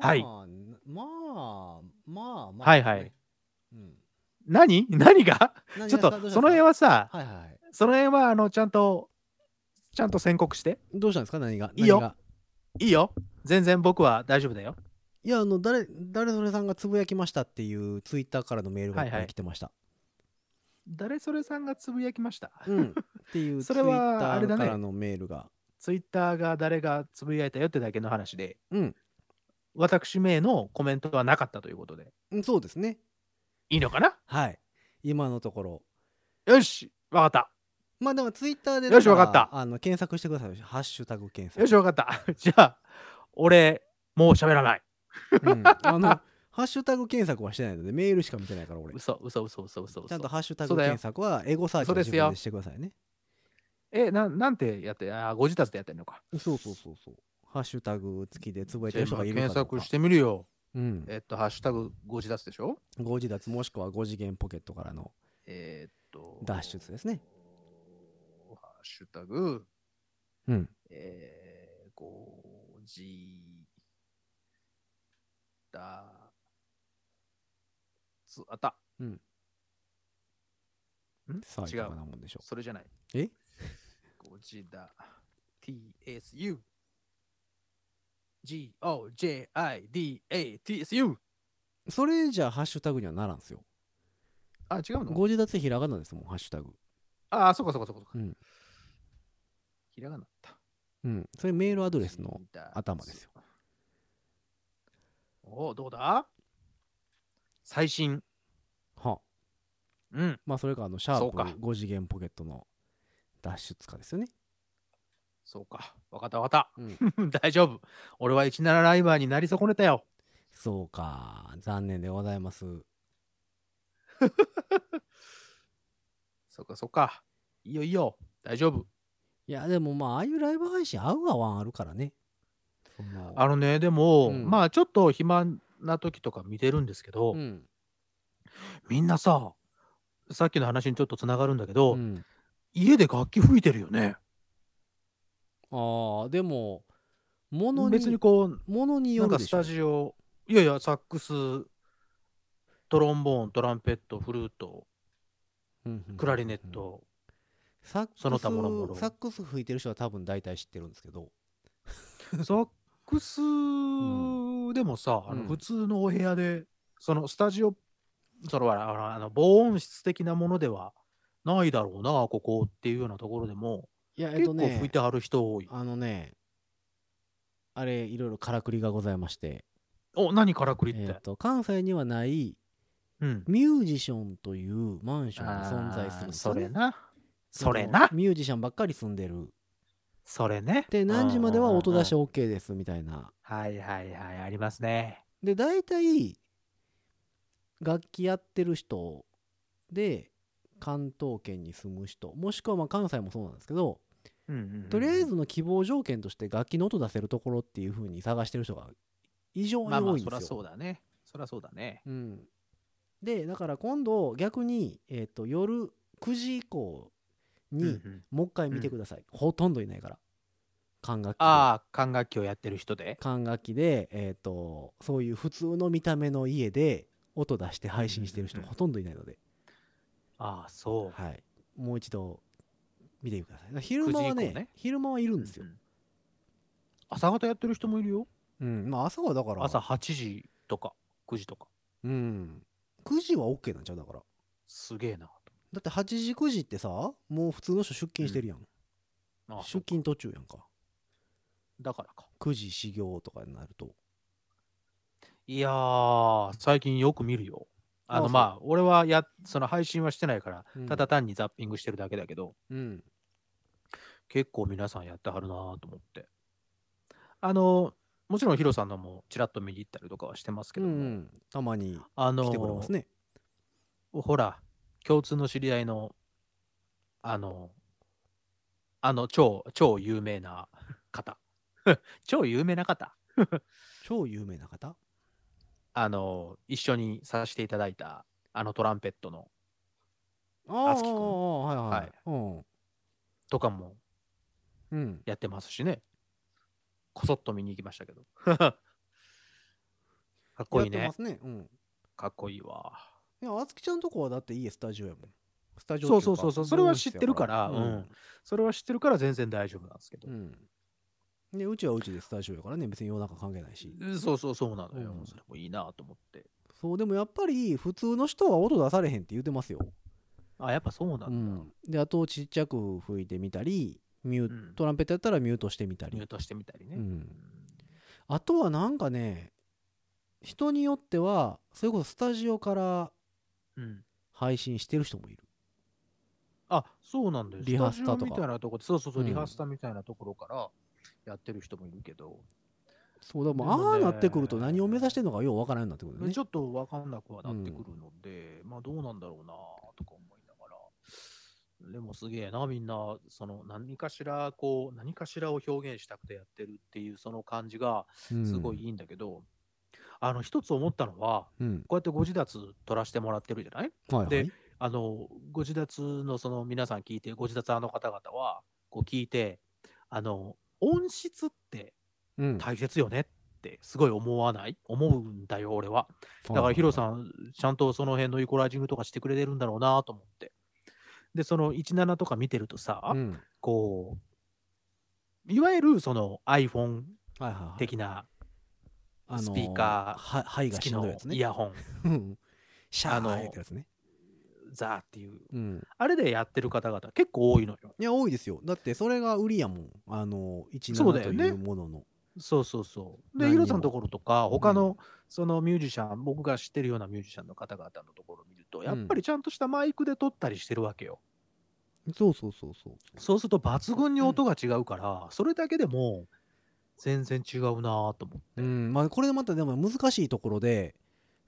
はいまあ、まあ、まあ、まあ、はいはいですねうん何 何が何ちょっがどとうしたんですかその辺はさ、はいはい。その辺はあのちゃんと、ちゃんと宣告して。どうしたんですか何がいい何よがいいよ。全然僕は大丈夫だよ。いや、あの、誰、誰それさんがつぶやきましたっていうツイッターからのメールがいっぱはいはいい来てました。誰それさんがつぶやきました。うん、っていうツそイれッはタあれーだねからのメールが、ツイッターが誰がつぶやいたよってだけの話で、うん私名のコメントはなかったということで、うんそうですねいいのかなはい今のところよし、わかっまあでもツイッターでよしだらわかったあの検索してくださいハッシュタグ検索た。よし、わかった。 じゃあ、俺、もう喋らない。うんあの ハッシュタグ検索はしてないのでメールしか見てないから俺嘘、嘘、嘘、嘘、嘘、嘘。ちゃんとハッシュタそグうだよ検索はエゴサーチそうをで自すよ分でしてくださいねえ、ななんてやって、あー、ご自宅でやってんのか。そうそうそうそうハッシュタグ付きでつぶやいじてゃある人今がいるか検どうか索してみるよ。うんえっと、ハッシュタグご自宅でしょ5自脱もしくは5次元ポケットからのえーっと、脱出ですね。ハッシュタグ、うんえー、ごじだつあったさあい違うかがなもんでしょそれじゃないえごじだ TSU GOJIDATSU うそれじゃハッシュタグにはならんすよあ違うの5自脱ひらがなですもんハッシュタグああそうかそうかそうか、うんひらがなだったうんそれメールアドレスのゴジダツ頭ですよおおどうだ最新はあうんまあそれかあのシャそーうかプ5次元ポケットの脱出かですよねそうかわかったわかったうん 大丈夫。俺は17ライバーになり損ねたよ。そうか残念でございますそっかそっか。いいよいいよ。大丈夫。いやでもまあああいうライブ配信合う合わんあるからねそんなあのね、でも、うんまあちょっと暇な時とか見てるんですけど、うんみんなさ、さっきの話にちょっとつながるんだけど、うん家で楽器吹いてるよね。ああでももの別ににこう、ものになよんるかでスしょタジオ、いやいや、サックス、トロンボーン、トランペット、フルート、うんうんクラリネット、サックスその他諸々サックス吹いてる人は多分大体知ってるんですけどサックスでもさ、あのうん普通のお部屋で、そのスタジオ、そのあのあのあの防音室的なものではないだろうな、ここっていうようなところでも、いやえっ結と構ね吹いてある人多い。あのねあれいろいろからくりがございまして、お、何からくりって。えっと関西にはないうん。ミュージシャンというマンションが存在するんあーですそよ、ね、れな。それあのな。ミュージシャンばっかり住んでるそれね。で何時までは音出しうんうんうん OK ですみたいなはいはいはい、ありますね。で大体楽器やってる人で関東圏に住む人もしくはまあ関西もそうなんですけどうんうんうんとりあえずの希望条件として楽器の音出せるところっていう風に探してる人が異常にまあま多あ、いんでそらすよそう。だね。そらそうだね。うんでだから今度逆に、えっと夜9時以降に、うんうんもう一回見てください、ほとんどいないから管楽器でああ、管楽器をやってる人で。管楽器で、えっとそういう普通の見た目の家で音出して配信してる人うんうんうんほとんどいないので、ああ、そう。はい、もう一度見てください昼間は9時ね以降ね昼間はいるんですよう、ん朝方やってる人もいるよ。うんまあ、朝はだから朝8時とか9時とか。うん、9時は OK なんちゃうだからすげえな。だって8時9時ってさもう普通の人出勤してるやん、ああ出勤途中やんかだからか。 9時始業とかになるといやー、最近よく見るよ。ああの、そうまあ、俺はや、その配信はしてないからうん、ただ単にザッピングしてるだけだけど、うん結構皆さんやってはるなーと思って。あの、もちろんヒロさんのもちらっと見に行ったりとかはしてますけうんどうも、んたまにあの来てくれますねほら、共通の知り合いの、あの、あの、超、超有名な方。 超有名な方。超有名な方あの、一緒にさせていただいた、あのトランペットの、あつきくんあはいはい、はいうんとかもうん、やってますしね。こそっと見に行きましたけど。 かっこいいやってねま。すねうんかっこいいわ。いやあつきちゃんとこはだって家スタジオやもんスタジオそうそうそうそう、それは知ってるから、ううんん。それは知ってるから全然大丈夫なんですけどう。ん、でうちはうちでスタジオやからね別に夜中関係ないしそうそうそうなのよ。うんそれもいいなと思って。そうでもやっぱり普通の人は音出されへんって言うてますよあ、やっぱそうなうんだ。ん、であとちっちゃく吹いてみたりミュー、うんトランペットやったらミュートしてみたりミュートしてみたりね。ううんん、あとはなんかね人によってはそれこそスタジオからうん配信してる人もいるあ、そうなんだよ。リハスタとかスタジオみたいなとこそうそうそう、うんリハスタみたいなところからやってる人もいるけど、そうだもうでもああねなってくると何を目指してるのかようわからんようになってくるよねちょっと分かんなくはなってくるので、まあどうなんだろうなとか思いながら、でもすげえな、みんな、その何かしら、こう、何かしらを表現したくてやってるっていうその感じが、うんすごいいいんだけど、あの、一つ思ったのは、うんこうやってご自立取らせてもらってるじゃないはいはいであの、ご自立のその皆さん聞いて、ご自立あの方々は、こう聞いて、あの、音質ってうん大切よねってすごい思わない思うんだよ、俺は。だかはらいヒロさん、ちゃんとその辺のイコライジングとかしてくれてるんだろうなと思って。で、その17とか見てるとさ、うんはいこう、いわゆるその iPhone はいはい的なあのスピーカーは肺が付しきんどいのやつイねヤホン、うんシャあのーってやつねザーっていう、うんあれでやってる方々結構多いのよ。いや多いですよだってそれが売りやもんあのそうだ17とよねいうもののそうそうそう。で、何ヒにもロさんのところとか、他のそのミュージシャン、僕が知ってるようなミュージシャンの方々のところを見ると、やっぱりちゃんとしたマイクで撮ったりしてるわけよ。そうそうそうそうそうすると抜群に音が違うから、それだけでも全然違うなぁと思って。うんまあ、これまたでも難しいところで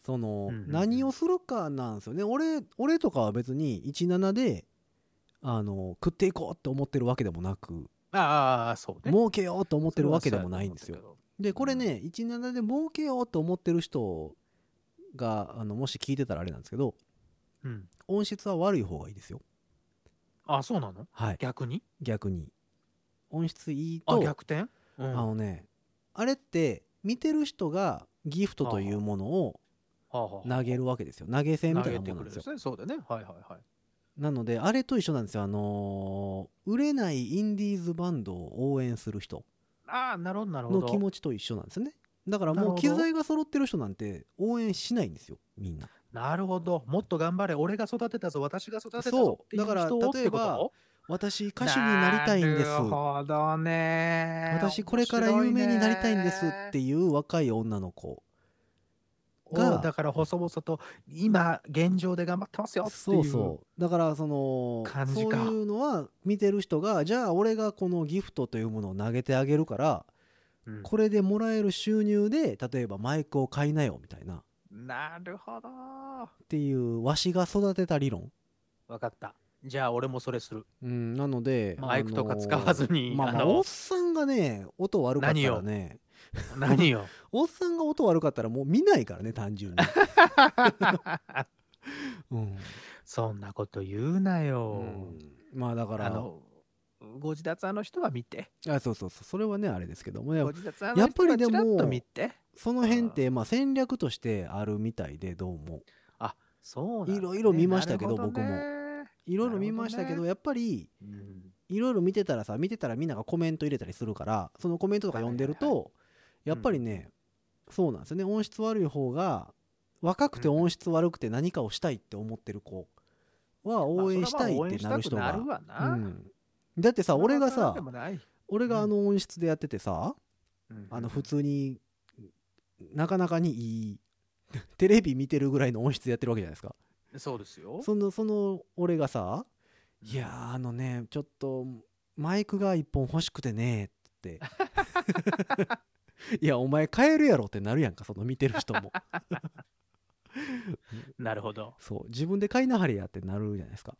その、うんうんうん何をするかなんですよね俺俺とかは別に17であの食っていこうと思ってるわけでもなくああ、そうね。儲けようと思ってるわけでそれもはないんですよそうやと思ったでこれね17で儲けようと思ってる人があのもし聞いてたらあれなんですけどけど。うん。音質は悪い方がいいですよあそうなのはい逆に逆に音質いいとあ、逆転うあん。はのねあれって見てる人がギフトというものをあはあ投げるわけですよ投げ銭みた投いげなものなんてくれでるんすよですね。そうだね。はいはいはい。なのであれと一緒なんですよあのー売れないインディーズバンドを応援する人ああ、なるほどなるほのど。気持ちと一緒なんですよねだからなるもうほ機ど材が揃ってる人なんて応援しないんですよみんななるほど。もっと頑張れ。俺が育てたぞ。私が育てたそぞう。っていうだから人をって例えばこと私歌手になりたいんですなるほどね。私これから有名になりたいんですっていう若い女の子がが、だから細々と、今、現状で頑張ってますよっていう。そうそうだからその感じそうかいうのは見てる人がじゃあ俺がこのギフトというものを投げてあげるからうんこれでもらえる収入で例えばマイクを買いなよみたいななるほど。っていうわしが育てた理論、わかった。じゃあ俺もそれ する。うん、なのでマイクとかあのー使わずに。まあまああのおっさんがね音悪かったらね何よ。 おっさんが音悪かったらもう見ないからね単 純に、うんそんなこと言うなうよ。ん、まあだからあの、ご自立あの人は見て。あそうそうそうそれはねあれですけどもやっごぱ自立あの人はちらっと見て。その辺ってまあ戦略としてあるみたいでどうもそうなんだねいろいろ見ましたけどなるほねいろいろ見ましたけなるほどどやっぱりうんいろいろ見てたらさ見てたらみんながコメント入れたりするからそのコメントとか読んでるはいはとやっぱりねそうなんですよね音質悪い方が若くて音質悪くて何かをしたいって思ってる子は応援したいってなる人まあがそれは応援したくなるわなうんだってさそれ俺はがわさからんでもない俺があの音質でやっててさうんあの普通になかなかにいいテレビ見てるぐらいの音質でやってるわけじゃないですかそうですよ。そのその俺がさ「うんいやーあのねちょっとマイクが一本欲しくてね」 って「いやお前買えるやろ」ってなるやんかその見てる人 もなるほど。そう自分で買いなはれやってなるじゃないですか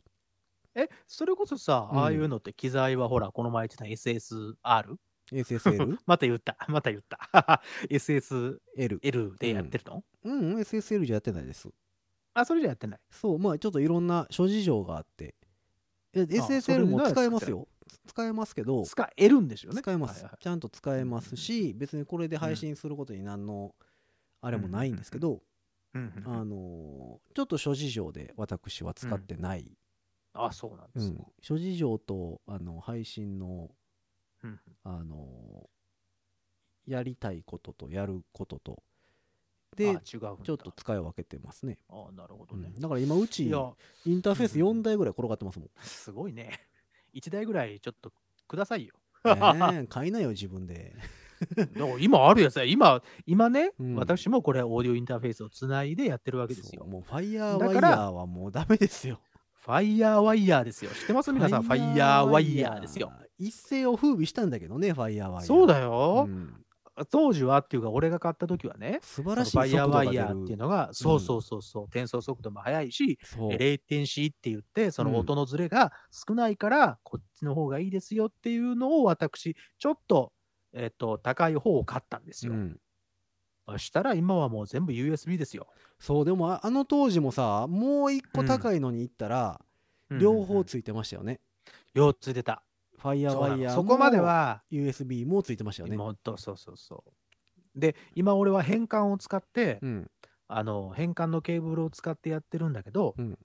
え、それこそさ、うんああいうのって機材はほら、この前言ってた SSR? SSL? また言った、また言った。SSL L でやってるの、うんうん SSL じゃやってないですあ、それじゃやってない。そうまあちょっといろんな諸事情があってえ SSL も使えますよ使えますけど使えるんですよね。使えます、はいはいちゃんと使えますし別にこれで配信することに何のあれもないんですけど、うんうんあのーちょっと諸事情で私は使ってない、あ、そうなんうですんよ。諸事情とあの配信の、うんあのーやりたいこととやることとであ違うんだちょっと使い分けてますね、ああなるほどうねん、だから今うちいイやンターフェースうんうん4台ぐらい転がってますもん、 すごいね1台ぐらいちょっとくださいよねえ買いなよ自分でだから今あるやつや今今ね、うん私もこれオーディオインターフェースをつないでやってるわけですそようもうファイヤーワイだヤかーらはもうダメですよファイヤーワイヤーですよ知ってます皆さんファイヤーワイヤーですよ一世を風靡したんだけどねファイヤーワイヤーそうだうよ、ん当時はっていうか俺が買った時はね素そ晴のらしいファイ速度ヤーがワ出イるヤーっていうのがそうそうそうそう、転送速度も速いしそうレイテンシーって言って、そうんの音のズレが少ないから、こっちの方がいいですよっていうのを、私、ちょっと、えっと、高い方を買ったんですよ。うんそしたら、今はもう全部 USB ですよ。そうでもああの当時もさもう一個高いのに行ったら、両方ついてましたよね、両ついてた。ファイヤーそうワなイのヤーそこまでは、 USB もついてましたよねもっと、そうそうそう。で、今俺は変換を使って、うんあの、変換のケーブルを使ってやってるんだけど、うん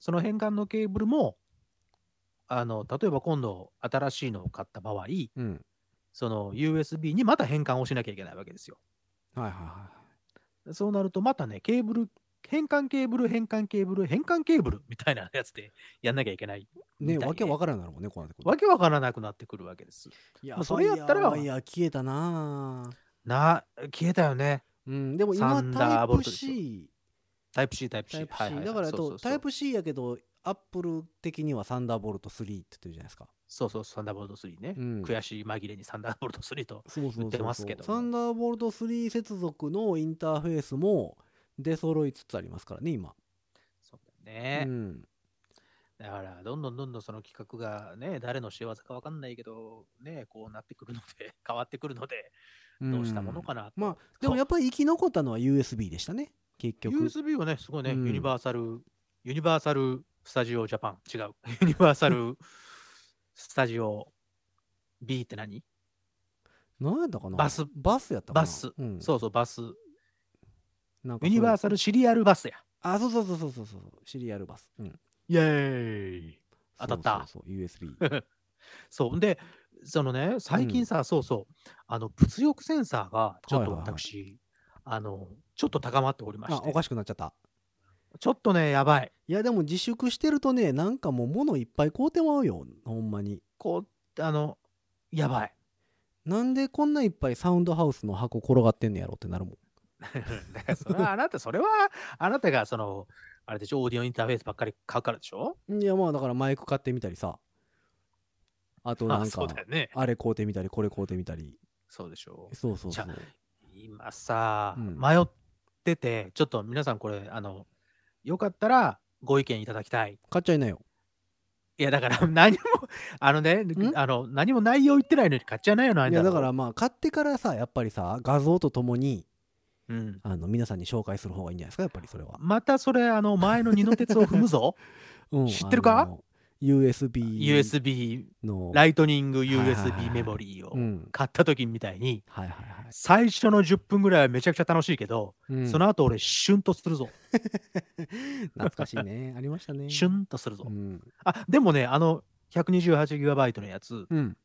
その変換のケーブルも、あの、例えば今度新しいのを買った場合、うんその USB にまた変換をしなきゃいけないわけですよ。はいはいはそうなるとまたね、ケーブル、変換ケーブル、変換ケーブル、変換ケーブルみたいなやつでやんなきゃいけないい。ねみたいねわけわからんなるもんねこうなってくるとわけわからなくなってくるわけです。いまやあそれやったらファイヤーワイヤー消えたなあな、消えたよね。うんでもサ今ンタダーイボプルトですよ C タイプ C、タイプ C。タイプ C、はいはいはいだからえっとそうそうそうタイプ C やけどアップル的にはサンダーボルト3って言ってるじゃないですか、そうそう、サンダーボルト3ね。うん悔しい紛れにサンダーボルト3と。そうそうそう売ってますけどもサンダーボルト3接続のインターフェースも出揃いつつありますからね今、そうだよね。うん、だから、どんどんどんどんその企画がね、誰の仕業かわかんないけど、ね、こうなってくるので、 変わってくるので、どうしたものかなと、うんまあでもやっぱり生き残ったのは USB でしたね結局 USB はね、すごいね、うんユニバーサル、ユニバーサル・スタジオ・ジャパン、違う、 ユニバーサル・スタジオ・ B って何、何やったかなバスバスやったかなバスうん、そうそう、バス、なんかユそうニバーサル・シリアル・バスや。あそうそうそうそうそうそうシリアルバス、うん、イエーイ当たったそうそうそう USB そう、で、そのね、最近さ、そうそう、あの、物欲センサーが、ちょっとはいはいはい私、あの、ちょっと高まっておりまあしおて、かしくなっちゃったちょっとね、やばい。いやでも自粛してるとねなんかもう物いっぱい買うてまうよほんまにこう、あの、やばい。なんでこんないっぱいサウンドハウスの箱転がってんねやろってなるもんだから それはあなた、それはあなたがその、あれでしょ、オーディオインターフェースばっかり買うからでしょいやまあだからマイク買ってみたりさあとなあんそかうだよね。あれ買うてみたりこれ買うてみたりそうでしょそうそうじそゃう今さ、うん迷ってて、ちょっと皆さんこれ、あの、よかったらご意見いただきたい。買っちゃいなよいや、だから 何も、あのね、あの、何も内容言ってないのに買っちゃいないよないんだやろだから、まあ買ってからさやっぱりさ画像とともにうん。あの皆さんに紹介する方がいいんじゃないですかやっぱりそれは、またそれ、あの、前の二の鉄を踏む ぞ。うん知ってるかあの ?USB USB、のライトニングはいはいはい USB メモリーうをん買った時みたいに、はいはいはい、最初の10分ぐらいはめちゃくちゃ楽しいけど、うんその後俺、シュンとするぞ。懐かしい ねありましたねシュンとするぞう。んあ、でもね、あの、128GB のやつ、うん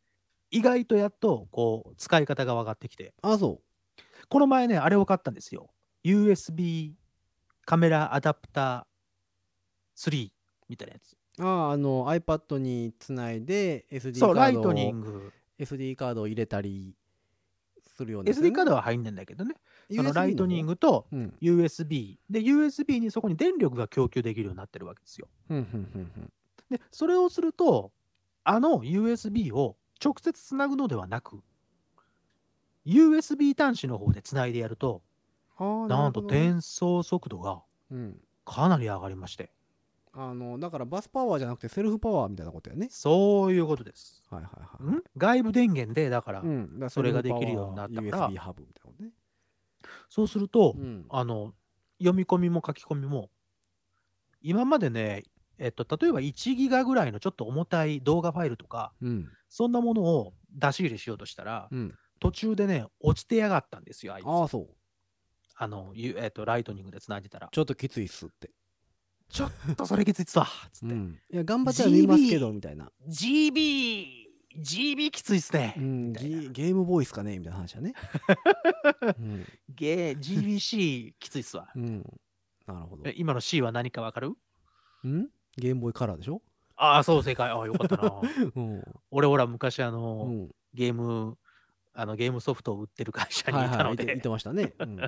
意外とやっと、こう、使い方が分かってきて、あそこの前ね、あれを買ったんですよ。USB カメラアダプター3みたいなやつ。うああの iPad につないで SD カそう、ラーイドトニをング。 SD カードを入れたりするようなやつだよね SD カードは入んないんだけどね。あ USB の、ライトニンのグと方うん、 USB。で、USB にそこに電力が供給できるようになってるわけですよ。うんうんうんうんで、それをすると、あの USB を直接つなぐのではなく、USB 端子の方でつないでやると、あーなんとるほどね転送速度がうんかなり上がりまして、あのだからバスパワーじゃなくてセルフパワーみたいなことやねそういうことです。はいはいはいん外部電源で、だから、うん、だからそれがセルフパワーできるようになったから USB ハブみたいなことねそうすると、うんあの、読み込みも書き込みも、今までね、えっと、例えば1ギガぐらいのちょっと重たい動画ファイルとか、うんそんなものを出し入れしようとしたら、うん途中でね、落ちてやがったんですよ、あいつ。ああそうあの、ゆえっと、ライトニングで繋いでたら。 ちょっときついっすって、ちょっとそれきついっすわ、つっうて。ん、いや頑張っては見ますけどみたいな GB GB きついっすねう。ん、ゲゲームボーイですかねみたいな話だ ね、うんゲー、GBC きついっ すわ。うん、なるほどえ今の C は何かわかるうんゲームボーイカラーでしょ、ああ、そう、正解。ああ、よかったな。うん 俺、ほら、昔、あうの、ん、ゲーム、あの、ゲームソフトを売ってる会社にいはいたはいのいで、ていてま したね、うん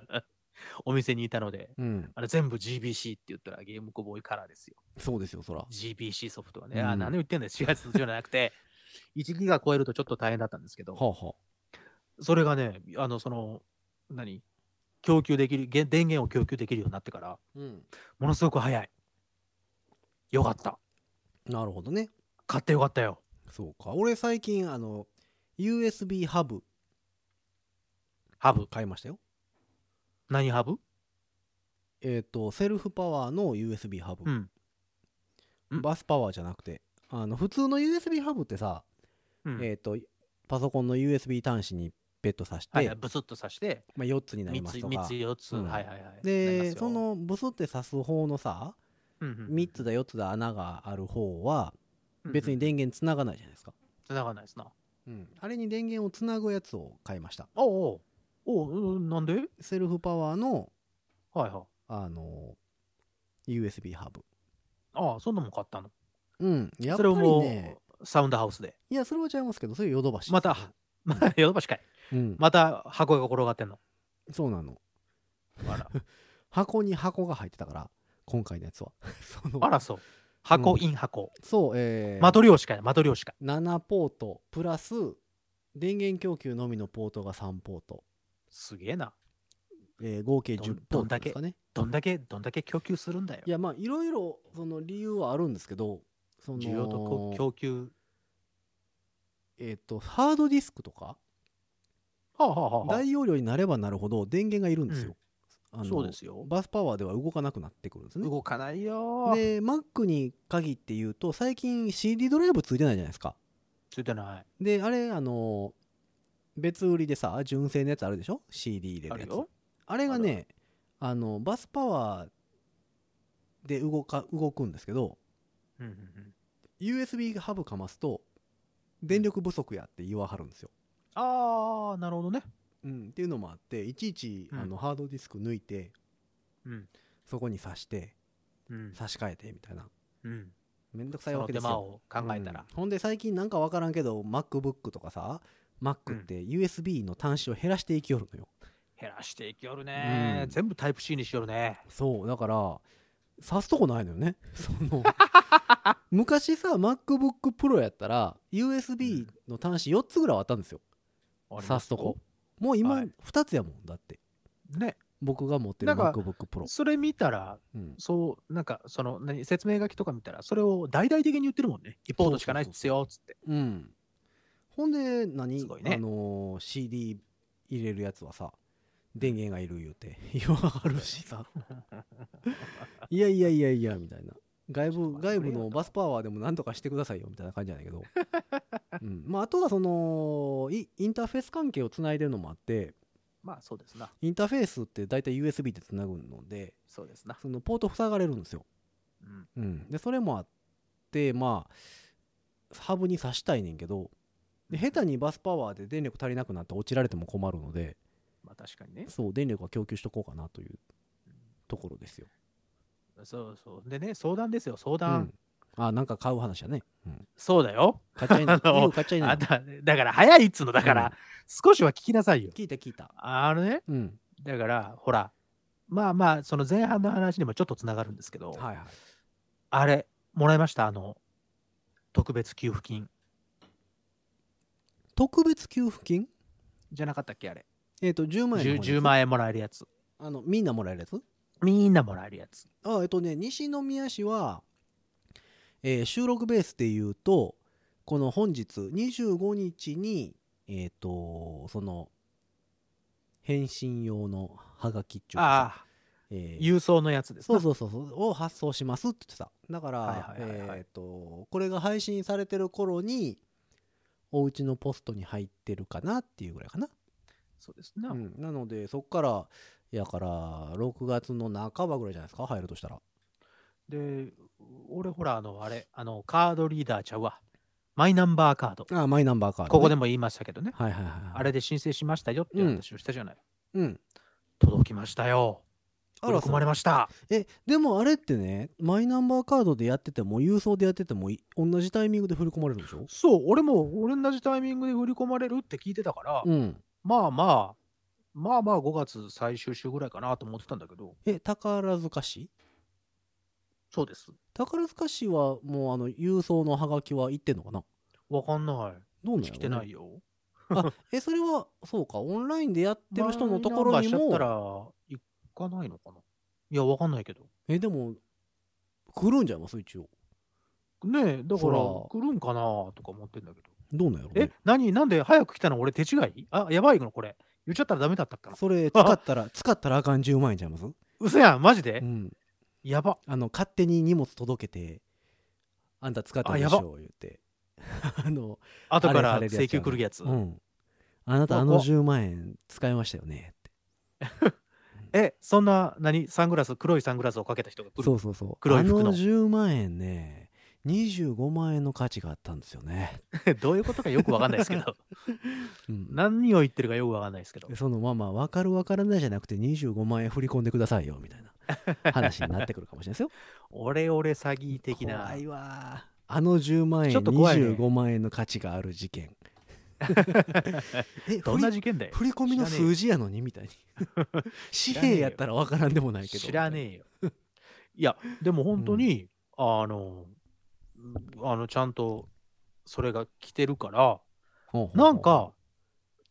お店にいたので、うん、あれ全部 GBC って言ったらゲームコボーイカラーですよ。そうですよそら GBC ソフトはね、うんあー何を言ってんだよ、4月じゃなくて、1ギガ超えるとちょっと大変だったんですけど、はあはそれがね、あの、その、何供給できる、げ電源を供給できるようになってから、あ、うん、ものすごく早い。よかった。なるほどね買ってよかったよ。そうか俺最近あの USB ハブハブ。買いましたよ何ハブえっ、とセルフパワーの USB ハブ、うん。うんバスパワーじゃなくてあの普通の USB ハブってさ、うんえっ、とパソコンの USB 端子にベッド挿して、はいはい、ブスッと刺して、まあ、4つになり3まつ、すと3かつ、4つ、うんはいはいはい。なりでますよそ、のブスって挿す方のさ3 3つだ4つだ穴がある方は別に、電源つながないじゃないですか、繋がんないですな。うんあれに電源をつなぐやつを買いましたおうおうおううんなんでセルフパワーのはいはい。あの USB ハブああ、そんなもん買ったの。うんやっぱそれをりもねう、サウンドハウスで。いやそれは違いますけどそれヨドバシまた、 まあヨドバシかい。うん、また箱が転がってんの。そうなの あら、箱に箱が入ってたから今回のやつは そのあらそう。箱、イン箱。そうえー、マトリョーシカや、マトリョーシカ。 7ポートプラス電源供給のみのポートが3ポート、すげえな。えー合計どん10ポどーんトだでけすかねどんだけ、どんだけ供給するんだよい。やまあいろいろその理由はあるんですけどその需要とこ供給。えっ、とハードディスクとかはあはあはあはあ大容量になればなるほど電源がいるんですよ、あのそうですよ。バスパワーでは動かなくなってくるんですね動かないよー。で Mac に限って言うと最近 CD ドライブついてないじゃないですかついてない。であれあの別売りでさ純正のやつあるでしょ CD 入れあるやるつよ。あれがあるねあのバスパワーで動か動くんですけどうんうんうん USB ハブかますと電力不足やって言わはるんですよ、ああ、なるほどね。うん、っていうのもあっていちいち、うんあのハードディスク抜いてうん。そこに挿してうん。差し替えてみたいなうん。めんどくさそいわのけ手です間よを考えたらうん。ほんで最近なんかわからんけど MacBook とかさ Mac って USB の端子を減らしていきよるのよ、減らしていきよるね、うん全部タイプ C にしよるねそうだから挿すとこないのよね そ の昔さ MacBookPro やったら USB の端子4つぐらいはあったんですよ挿すとこもう今はい2つやもんだってね僕が持ってるなんか MacBookPro、それ見たらうん、そうなんかその何説明書きとか見たらそれを大々的に言ってるもんねリポートしかないっすよっつってうん、ほんで何、すごいねあのー CD 入れるやつはさ電源がいる言うて 言わはるしさいやいやいやいやみたいな外部外部のバスパワーでもなんとかしてくださいよみたいな感じなんだけど、うんまあ、あとはそのイインターフェース関係をつないでるのもあってまあそうですなインターフェースって大体 USB でつなぐのでそうですな、そのポート塞がれるんですよ、うん、うん、でそれもあってまあハブに挿したいねんけどで下手にバスパワーで電力足りなくなって落ちられても困るのでまあ確かにねそう電力は供給しとこうかなというところですよ、そうそうでね相談ですよ相う談、ん、あなんか買う話だね、うん、そうだよ買っちゃい ないあの理由買っちゃいなあいんただから早いっつうのだから、うん少しは聞きなさいよ聞いた聞いたあのねうんだからほらまあまあその前半の話にもちょっとつながるんですけど、はいはいあれ、もらいましたあの、特別給付金。特別給付金じゃなかったっけあれ。えっ、と10万円 10, の方です10万円もらえるやつ。あのみんなもらえるやつみんなもらえるやつ。あえっとね西宮市は、えー収録ベースで言うとこの本日25日にえっ、とその返信用のハガキっちゅうかああ、さ、えー郵送のやつですそなうそうそうそうを発送しますって言ってただから、はいはいはいはいえっ、とこれが配信されてる頃にお家のポストに入ってるかなっていうぐらいかな、そうですな、うんなのでそっからやから6月の半ばぐらいじゃないですか入るとしたらで、俺ほら、あの、あれ、あの、カードリーダーちゃうわ。マイナンバーカード。あマイナンバーカードね、ここでも言いましたけどね。はいはいはいあれで申請しましたよっていう話をしたじゃない。うん届きましたよ。あら喜まれました。えでもあれってねマイナンバーカードでやってても郵送でやっててもい同じタイミングで振り込まれるんでしょそう、俺も俺同じタイミングで売り込まれるって聞いてたから、うんまあまあ、まあまあ5月最終週ぐらいかなと思ってたんだけど、え宝塚市そうです。宝塚市はもうあの郵送のハガキは行ってんのかなわかんない。どうなの、来てないよ。えそれはそうかオンラインでやってる人のところマイにナンバーしちゃったらも行かないのかな。いや、わかんないけど。えでも来るんじゃいます一応ねえ、だかそらら来るんかなとか思ってんだけど。どうなんやろう、えね、、何なんで早く来たの俺手違いあ、やばいのこれ。言っちゃったらダメだったっけな。それ使ったら 使ったらあかん10万円ちゃいます嘘やん、マジうで、んやば。あの勝手に荷物届けてあんた使ったんでしあやょ言って あの後かあられされ請るやつや求な来るやつ。うんあなたあの10万円使いましたよねってえ、そんな、何サングラス、黒いサングラスをかけた人が来る。そうそうそう黒いあ服のの10万円ね25万円の価値があったんですよね、どういうことかよくわかんないで すけど。うん、何を言ってるかよくわかんないですけど。そのまあまあ分かる分からないじゃなくて25万円振り込んでくださいよみたい な話になってくるかもしれないですよオレオレ詐欺的な怖。いわあの10万円ちょっと怖いね25万円の価値がある事件 えどんな事件だよ。振り込みの数字やのにみたいに紙幣やったら分からんでもないけど知らねえよ。いや、でも本当に、あの、あの、ちゃんと、それが来てるから、ほうほうほうなんか、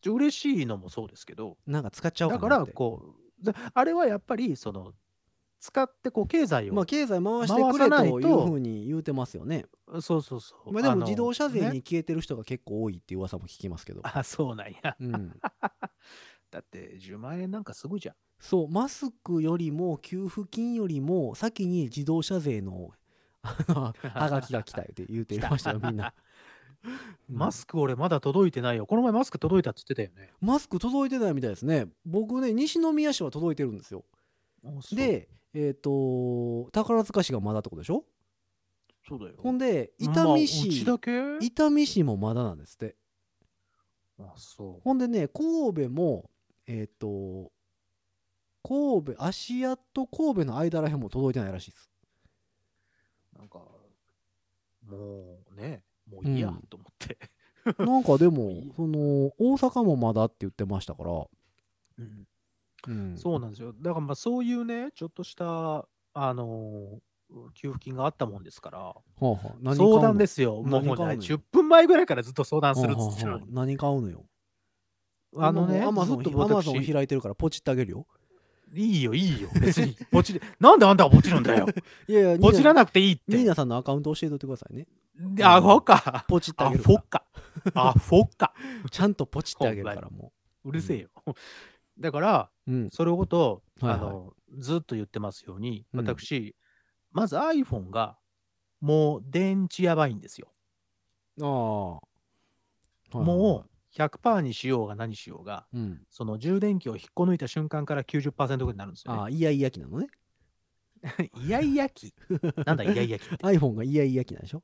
ちょ嬉しいのもそうですけど、なんか使っちゃおうだかかなら、ってこう、であれはやっぱり、その、使って、こう、経済を、まあ経済回してくれ回さないとというふうに言うてますよねそうそうそう。まあであもの自動車税ねに消えてる人が結構多いっていう噂も聞きますけど、あ、そうなんや。うん、だって、10万円なんかすごいじゃん。そうマスクよりも給付金よりも先に自動車税の あのはがきが来たよって言うてましたよみんなうん マスク俺まだ届いてないよ。この前マスク届いたって言ってたよね。マスク届いてないみたいですね僕ね西宮市は届いてるんですよでえっ、と宝塚市がまだってことでしょそうだよ。ほんで伊まあ丹う市、ちだけ伊丹市もまだなんですってあ、そう。ほんでね神戸もえっ、と神戸芦屋と神戸の間らへんも届いてないらしいですなんか、もうね、もういいやうんと思って。 なんかでもその大阪もまだって言ってましたからうんうん そうなんですよ。だからまあそういうね、ちょっとした、あのー給付金があったもんですから、はあはあ何買うの相談ですよ。もう何買うのね、10分前ぐらいからずっと相談するっつってたはあはあのはにあ何買うのよあのね、アマゾンずっとアマゾン私開いてるからポチってあげるよいいよ、いいよ、別に。ポチるなんであんたがポチるんだよ。いやいやポチらななくていいっニーて。ナさんのアカウント教えておいてくださいねであ、ほか。ポチってああ、げるかフォッらカ。あ、フォ ッカ。ちゃんとポチってあげるからもうるせえよ。だから、ううんそれごと、はいはいあのずっと言ってますように、うん私、まず iPhone が、もう電池やばいんですよ。ああはいはいはいもう100%にしようが何しようが、うんその充電器を引っこ抜いた瞬間から90%ぐらいになるんですよ、あね。あイヤイヤ期なのね イヤイヤ期。なんだイヤイヤ期って。 iPhone がイヤイヤ期なんでしょ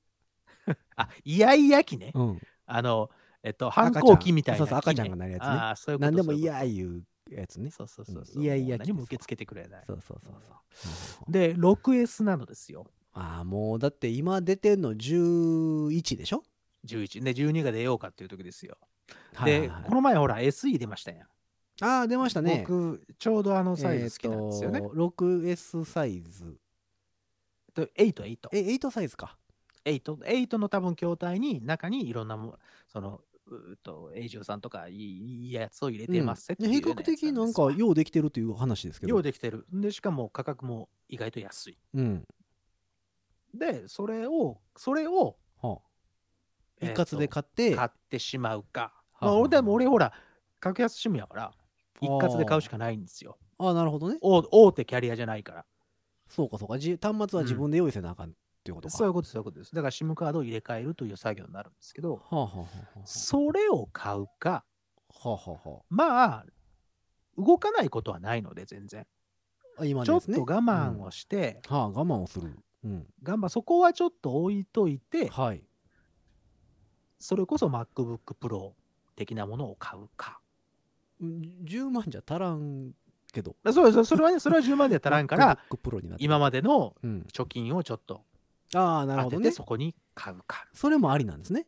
あ、イヤイヤ期ね。うんあの、えっと、反抗期みたいそなう期ね、そう赤ちゃんがなるやつねああ、そういうこと何でもそういうこ嫌いうやつとねそうそうそうそうう。んイヤイヤ期何も受け付けてくれない。そうそうそうそうで、6S なのですよ。ああもうだって今出てんの11でしょ11。で、12が出ようかっていう時ですよ。はいはいではい、この前ほら SE 出ましたやん。ああ出ましたね僕、ちょうどあのサイえズー好きなんですよね。と 6S サイズえっと、8、8。え8サイズか8、8の多分筐体に中にいろんなも、その、うーっと、A13 とかいいいいやつを入れてますせってういんう比較ようやつです的なんかようできてるという話ですけどようできてる。で、しかも価格も意外と安い。うんで、それを、それを、はあえー一っと括で買って買ってしまうか。はあまあ、はあ俺、でも俺ほら、格安趣味やから、一括で買うしかないんですよ。ああなるほどね大大手キャリアじゃないから。そうかそうかじ端末は自分で用意せなあかんっていうことかそういうこと、そういうことです。だから SIM カードを入れ替えるという作業になるんですけど、はあはあはあはそれを買うか、あはあはあはまあ、動かないことはないので、全然。ああ今ちょでっすとね我慢をして、はあ我慢をするうん我慢、そこはちょっと置いといて、はいそれこそ MacBook Pro 的なものを買うか。 10万じゃ足らんけど、そうですそれはね、それは10万で足らん から MacBook Pro になって今までので、うん、貯金をちょっとああなるほ当どてねて、そこに買うか。それもありなんですね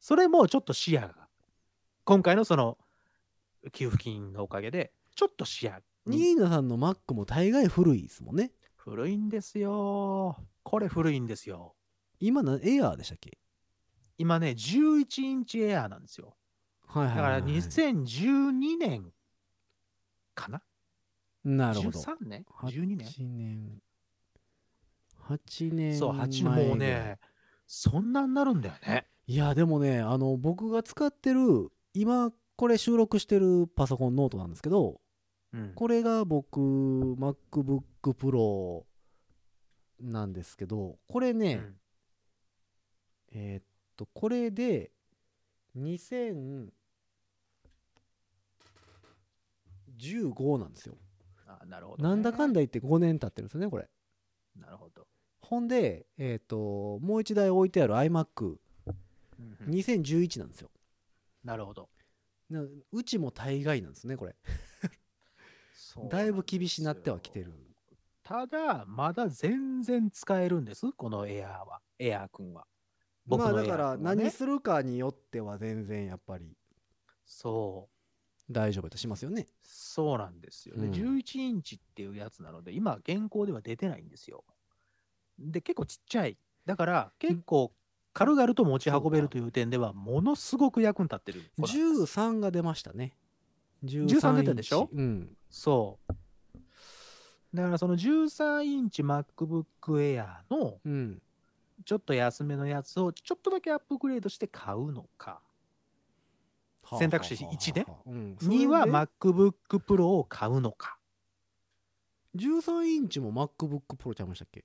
それもちょっと視野が、今回のその給付金のおかげで、ちょっと視野にニーナさんの Mac も大概古いですもんね古いんですよ。これ古いんですよ。今なエアーでしたっけ今ね、11インチエアーなんですよ。はいだはいかはいはらい2012年かななるほど ?13 年 ?12 年8年8年そう、8前ぐらいもうね、そんなになるんだよね。いやでもねあの僕が使ってる今これ収録してるパソコンノートなんですけどうんこれが僕 MacBook Pro なんですけどこれね、うんえーっとこれで2015なんですよあなるほどね、なんだかんだ言って5年経ってるんですよねこれなるほど。ほんでえーっともう一台置いてある iMac2011 うんうんなんですよなるほど。なうちも大概なんですねこれそうだいぶ厳しなってはきてる。るただ、まだ全然使えるんです、このエアーは。エアー君は。僕まあのだエかアらー君はね何するかによっては全然やっぱりそう。大丈夫としますよねそうなんですよ、ねうん11インチっていうやつなので、今、現行では出てないんですよ。で、結構ちっちゃい。だから、結構軽々と持ち運べるという点では、ものすごく役に立ってる子なんです。 13が出ましたね13出たでしょインチうんそう。だから、その13インチ MacBook Air の、うんちょっと安めのやつを、ちょっとだけアップグレードして買うのか、選択肢一ねうん2はそれで MacBook Pro を買うのか。 13インチも MacBookPro ちゃいましたっけ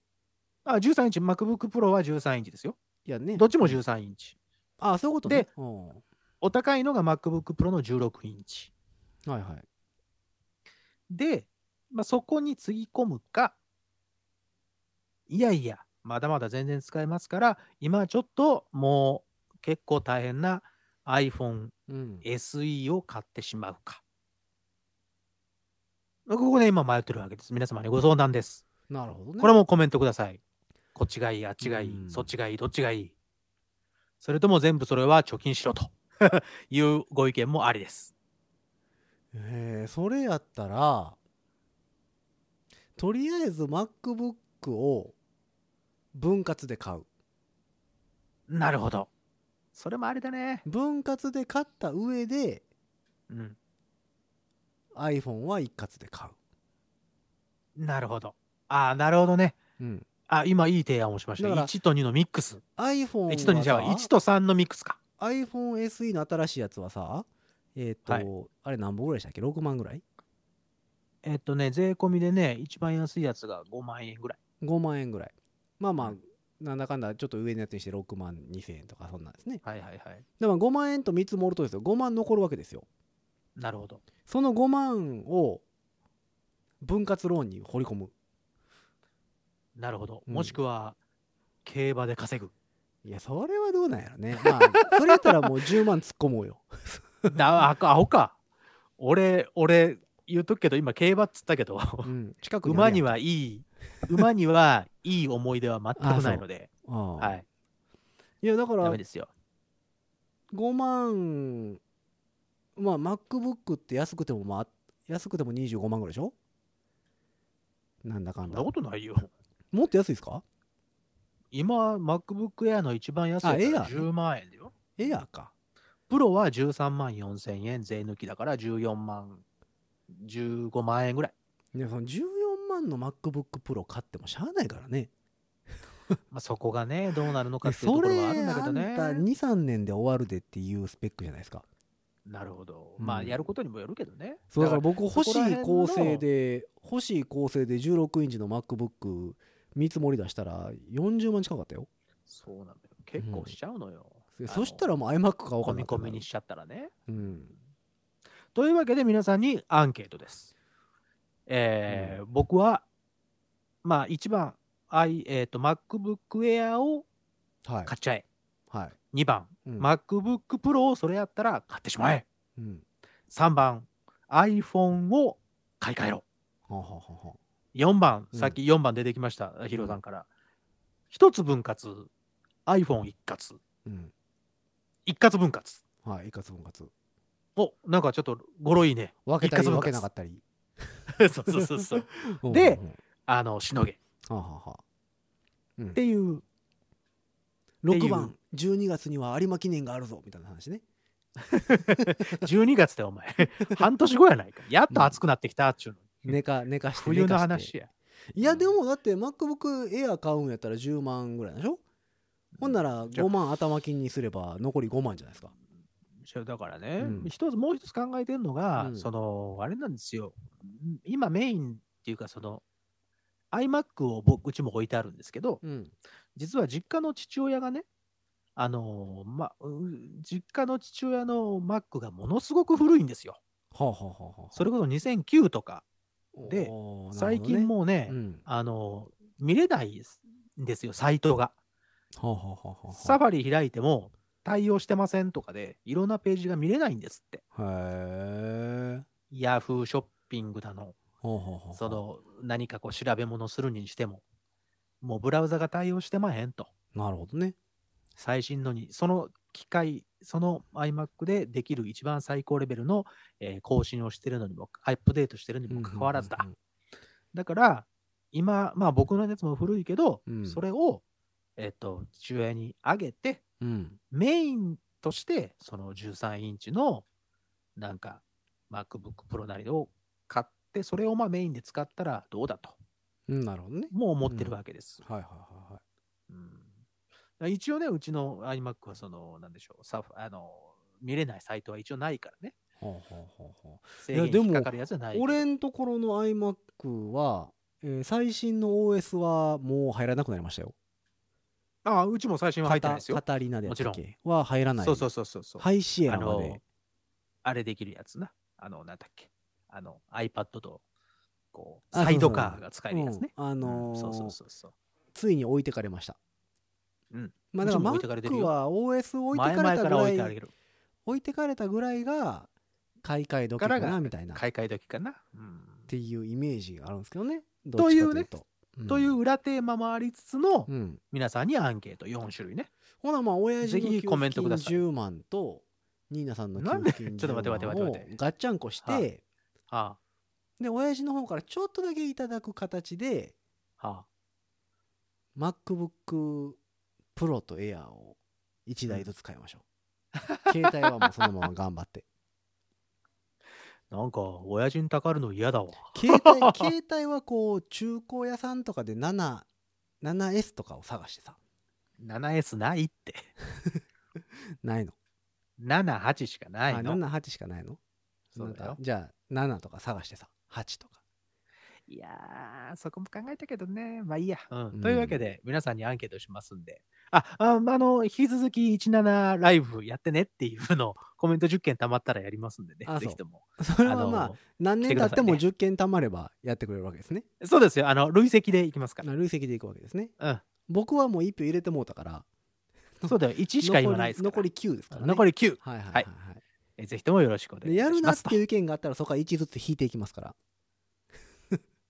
あ、13インチ、MacBook Pro は13インチですよ。いやねどっちも13インチ。あそういうことねでうんはお高いのが MacBook Pro の16インチ。いはいで、まあ、そこにつぎ込むか、いやいや、まだまだ全然使えますから、今ちょっともう結構大変な iPhone うん、 SE を買ってしまうか。ここで今迷ってるわけです。皆様にご相談です。なるほどねこれもコメントください。こっちがいい、あっちがいい、うんそっちがいい、どっちがいい。それとも全部それは貯金しろと いうご意見もありです。えーそれやったらとりあえず MacBook を分割で買うなるほど。それもあれだね。分割で買った上でうん。 iPhone は一括で買なるほど。ああ、なるほどね。う、うん、あ今いい提案をしました。だから1と2のミックス。 iPhone は1と2じゃあさ1と3のミックスか。 iPhone SE の新しいやつはさえっ、と、はいあれ何本ぐらいでしたっけ6万ぐらいえっとね、税込みでね、一番安いやつが5万円ぐらい。 5万円ぐらいまあまあなんだかんだちょっと上のやつにして6万2千円とかそんなんですねはいはいはい。でも5万円と見積もるとですよ5万残るわけですよなるほど。その5万を分割ローンに掘り込むなるほど。うんもしくは、競馬で稼ぐ。いやそれはどうなんやろね まあそれやったらもう10万突っ込もうよだあ、アホか。俺、俺、言うとくけど、今、競馬っつったけど、うん近くにあ馬るにやんはいい、馬にはいい思い出は全くないので、ああはい。いやだかダらメですよ。 5万まあ MacBook って安くてもまあ安くても25万ぐらいでしょなんだかそんんだなことないよ。もっと安いですか今、MacBook Air の一番安いあやつ Air ね10万円だよ。エアーかプロは13万4千円、税抜きだから14万、15万円ぐらい。でもその14万の MacBookPro 買ってもしゃあないからねまあ、そこがね、どうなるのかえっていうとそこれろはあるんだけあどんたね。 23年で終わるでっていうスペックじゃないですかなるほど。うんまあ、やることにもよるけどね。そうだからだか僕欲しそこらい辺の構成で欲しい構成で16インチの MacBook 見積もり出したら40万近かったよらそうなのよ。結構しちゃうのよ。であのそしたらもう iMac 買おうか込なみって込なみるにしちゃったらね。うんというわけで皆さんにアンケートです。えー僕は、まあ一番、I えー、と MacBook Air をはい買っちゃえ。はい2番、うん、 MacBook Pro をそれやったら買ってしまえ。うん、 3番、iPhone を買い替えろ。はははは4番、うんさっき4番出てきました、ヒロさんから。1つ分割、iPhone 一括、うん一括分割。はい一括分割お、なんかちょっと語呂いいね。分けたり一括分分割けなかったり そうそうそうそう。で あの、しのげ。っうんはははうんていう、 6番12月には有馬記念があるぞみたいな話ね12月だよ、お前。 半年後やないか。やっと暑くなってきたっちゅうの。寝か寝かして冬の寝かして話や。いやでもだって MacBook Air 買うんやったら10万ぐらいでしょほんならじゃあ5万頭金にすれば残り5万じゃないですかそうだからね、うん一つもう一つ考えてるのが、うんそのあれなんですよ今メインっていうかその iMac を僕うちも置いてあるんですけどうん実は実家の父親がねあのま、う実家の父親の Mac がものすごく古いんですよ。はあはあはあはあそれこそ2009とか、でおーなる最ほどね近もうね、うんあの見れないですんですよ、サイトが。はあはあはあはあはあサファリ開いても対応してませんとかで、いろんなページが見れないんですって。へえ。ヤフーショッピングだの、ほうほうほうその何かこう調べ物するにしても、もうブラウザが対応してまへんと、なるほどね。最新のに、その機械、その iMac でできる一番最高レベルの、えー更新をしてるのにも、アップデートしてるにもかかわらずだ。うんうんだから、今、まあ僕のやつも古いけど、うんそれを、えっと、父親にあげて、うんうん。メインとして、その13インチの、なんか、MacBook Pro なりを買って、それをまあメインで使ったらどうだと。うんなるほどね。もう思ってるわけです。はいはいはいはい。うん一応ね、うちの iMac はその、なんでしょう、サフあの見れないサイトは一応ないからね。ほうほうほうほ制限いやでも。引っかかるやつはないうけど。俺んところの iMac は、えー最新の OS はもう入らなくなりましたよ。ああ、うちも最新は入ってないですよカ。タカタリナでやったっもちけは入らない。そうそうそうそうそう。ハイシエあラまので。、あれできるやつな。あの、なんだっけ。あの、iPad と、こう、あそうそうサイドカーが使えるやつね。うんあうのんそうそうーそうそう。ついに置いてかれました。うん。まあだからうちも置いてかれてる Mac よは OS 置い前てか々れたぐから置らいてあげい、る。置いてかれたぐらいが買い替え時かからがなみたいな。買い替え時かな。うんっていうイメージがあるんですけどね。どとっちいかうといねうと。うんという裏テーマもありつつの、うん。皆さんにアンケート4種類ね。ほなまあ親父のぜ給ひ付コメント金ください10万とニーナさんのな給んで付金ちょっと待って10待って万待ってを待ってガッチャンコしはてあで親父の方からちょっとだけいただく形であ、はあ。 MacBook Pro と Air を1台ずつ買いましょう。携帯はもうそのまま頑張 って。なんか、親父にたかるの嫌だわ。携帯、携帯はこう、中古屋さんとかで7、7S とかを探してさ、 7S ないって。ないの。 78しかないあ、の。 7、8しかないのそうだなんよか。じゃあ、7とか探してさ、8とか。 いやー、そこも考えたけどね。まあいいや。ううん。んというわけで、皆さんにアンケートしますんで。あ、あまああの、引き続き17ライブやってねっていうのをコメント10件たまったらやりますんでね。あぜひとも。それあはのまあ、何年経っても10件貯まればやってくれるわけですね。そうですよ。あの、累積でいきますかな累積でいくわけですね。ら。僕はもう1票入れてもうたから、うん。そうだよ。1しか今ないですから。残り残り9ですから、ね。残り9。はいはいはい、はいえぜひともよろしくお願でいいたやるしなまっすと。ていう意見があったら、そこは1ずつ引いていきますから。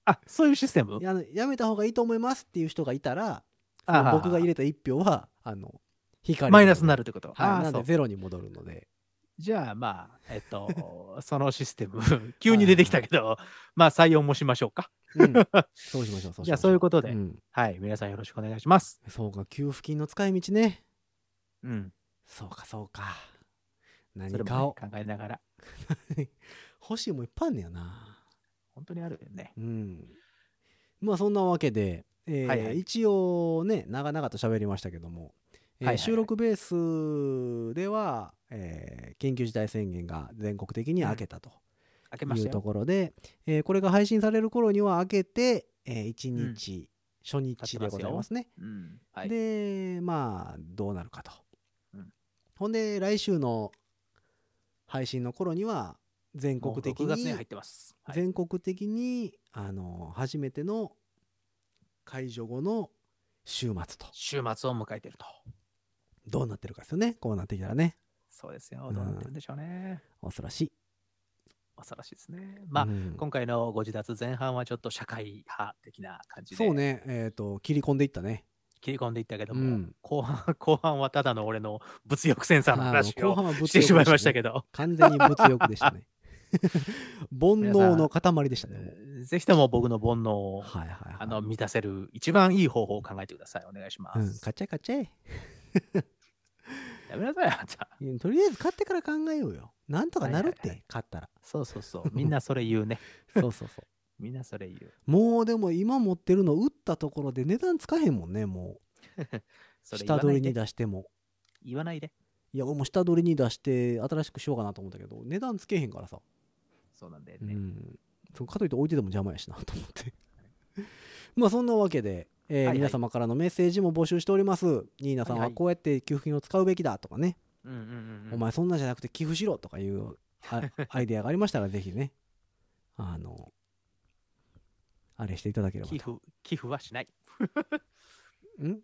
あ、そういうシステムややめた方がいいと思いますっていう人がいたら、あー僕が入れた1票は、あの、引かれるマイナスになるってこと。はい、あーなそのうでゼロに戻るの で。じゃあまあ、えっと、 そのシステム、急に出てきたけど、まあ採用もしましょうか。うん、そうしましょう、そうしましょう。じゃあそういうことでんはい、皆さんよろしくお願いします。そうか、給付金の使い道ね。うん。そうか、そうか。そ何れかもを、ね、考えながら、 欲しいもんいっぱいあんねやな。本当にあるよね。うん。まあそんなわけで、えーはいはい一応ね、長々と喋りましたけども、えーはいはいはい収録ベースでは、えー緊急事態宣言が全国的に明けたと。開けまいしうたとよ。ころで、えーこれが配信される頃には明けて、え1日、初日でございますね。うん。はい。でまあどうなるかと、うんほんで来週の配信の頃には全国的もう6月にに入ってます。はい。全国的にあの初めての解除後の週末と週末を迎えてると。どうなってるかですよねこうなってきたらねそうですよ。どうなってるんでしょうね。恐ろしい恐ろしいですね。まあ、うん今回のご自立前半はちょっと社会派的な感じでそうねえっ、と切り込んでいったね切り込んでいったけども、うん後半 後半はただの俺の物欲センサーの話あー後を半は物欲で してしまいましたどけど、完全に物欲でした ね煩悩の塊でしたねもうぜひとも僕の煩悩をはいはいはいあの満たせる一番いい方法を考えてください。お願いしまうんす。買っちゃえ買っちゃえやめなさい、あんた。いやとりあえず買ってから考えようよなんとかなるっはいはいはて買ったらそうそうそう。 みんなそれ言うね。そうそうそ みんなそれ言う。うもうでも今持ってるの売ったところで値段つかへんもんねもうそれ言下わな取りいでに。出しても言わないで。いや俺も下取りに出して新しくしようかなと思ったけど値段つけへんからさそうなんだようね。んそうかといって置いてても邪魔やしなと思って まあそんなわけで、えーはいはい皆様からのメッセージも募集しておりますニーナさんはいははいこうやって給付金を使うべきだとかね、うんうんうんうんお前そんなんじゃなくて寄付しろとかいう あアイデアがありましたらぜひねあのあれしていただければ寄付、寄付はしない。とん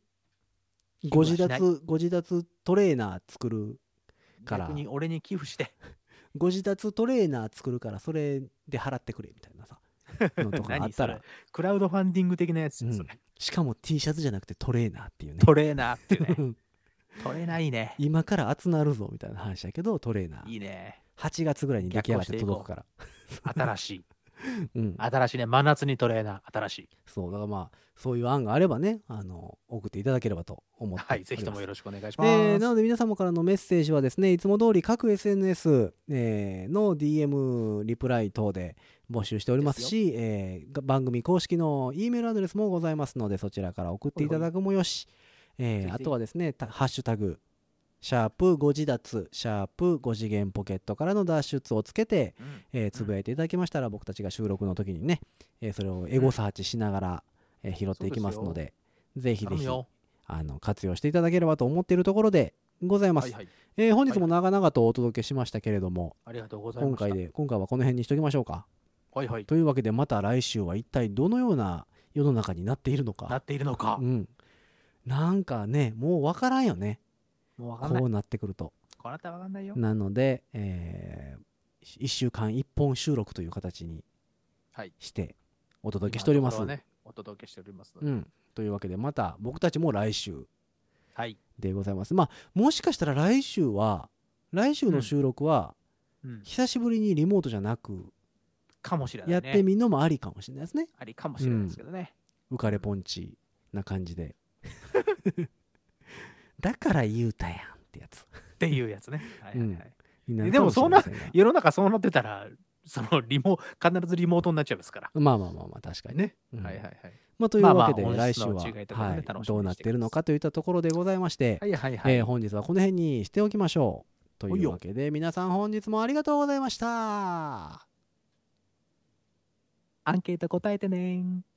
寄付ごは自しない立ご自立トレーナー作るから逆に俺に寄付して。ご自立トレーナー作るからそれで払ってくれみたい なさのとかあっ何たそられクラウドファンディング的なやつですよ、うんそれしかも T シャツじゃなくてトレーナーっていうねトレーナーっていうね トレーナーいいね今から集なるぞみたいな話やけどトレーナいーいね8月ぐらいに出来上がって届くから新しいうん新しいね真夏にトレーナー新しいそうだからまあそういう案があればねあの送っていただければと思っておはりいますぜひともよろしくお願いします、えーなので皆様からのメッセージはですねいつも通り各 SNS、えーの DM リプライ等で募集しておりますし、えーが番組公式の E メールアドレスもございますのでそちらから送っていただくもよし、えーぜひぜひあとはですねたハッシュタグシャープ5次脱シャープ5次元ポケットからの脱出をつけて、うんえーつぶやいていただきましたら、僕たちが収録の時にね、えーそれをエゴサーチしながら、えー拾っていきますのでぜひぜ頼むひよあの活用していただければと思っているところでございます、はいはいえー本日も長々とお届けしましたけれども、ありがとうございま今した回で今回はこの辺にしときましょうかはいはいというわけでまた来週は一体どのような世の中になっているのなかっているのか、うんなんかねもう分からんよねもうわかんないこうなってくるとこうなったらわかんないよなので、え1週間1本収録という形にはいしてお届けしております、今のところはねお届けしておりますので、うん、というわけでまた僕たちも来週はい、でございますまあもしかしたら来週は来週の収録は、うん、久しぶりにリモートじゃなくかもしれない、ね、やってみるのもありかもしれないですね。ありかもしれないですけどね、浮かれポンチな感 じで。だから言うたやんってやつ。っていうやつね、はいはいはいうんになるでもかしれませんが世の中そうなってたらそのリモ必ずリモートになっちゃいますからまあまあまあまあ確かにね。ね、うんはいはいはいまあというわけでまあまあ来週は音質の違いとかねはい楽しみにしてどうなってるのかといったところでございましてはいはいはい。えー本日はこの辺にしておきましょう。というわけで皆さん本日もありがとうございました。アンケート答えてねー。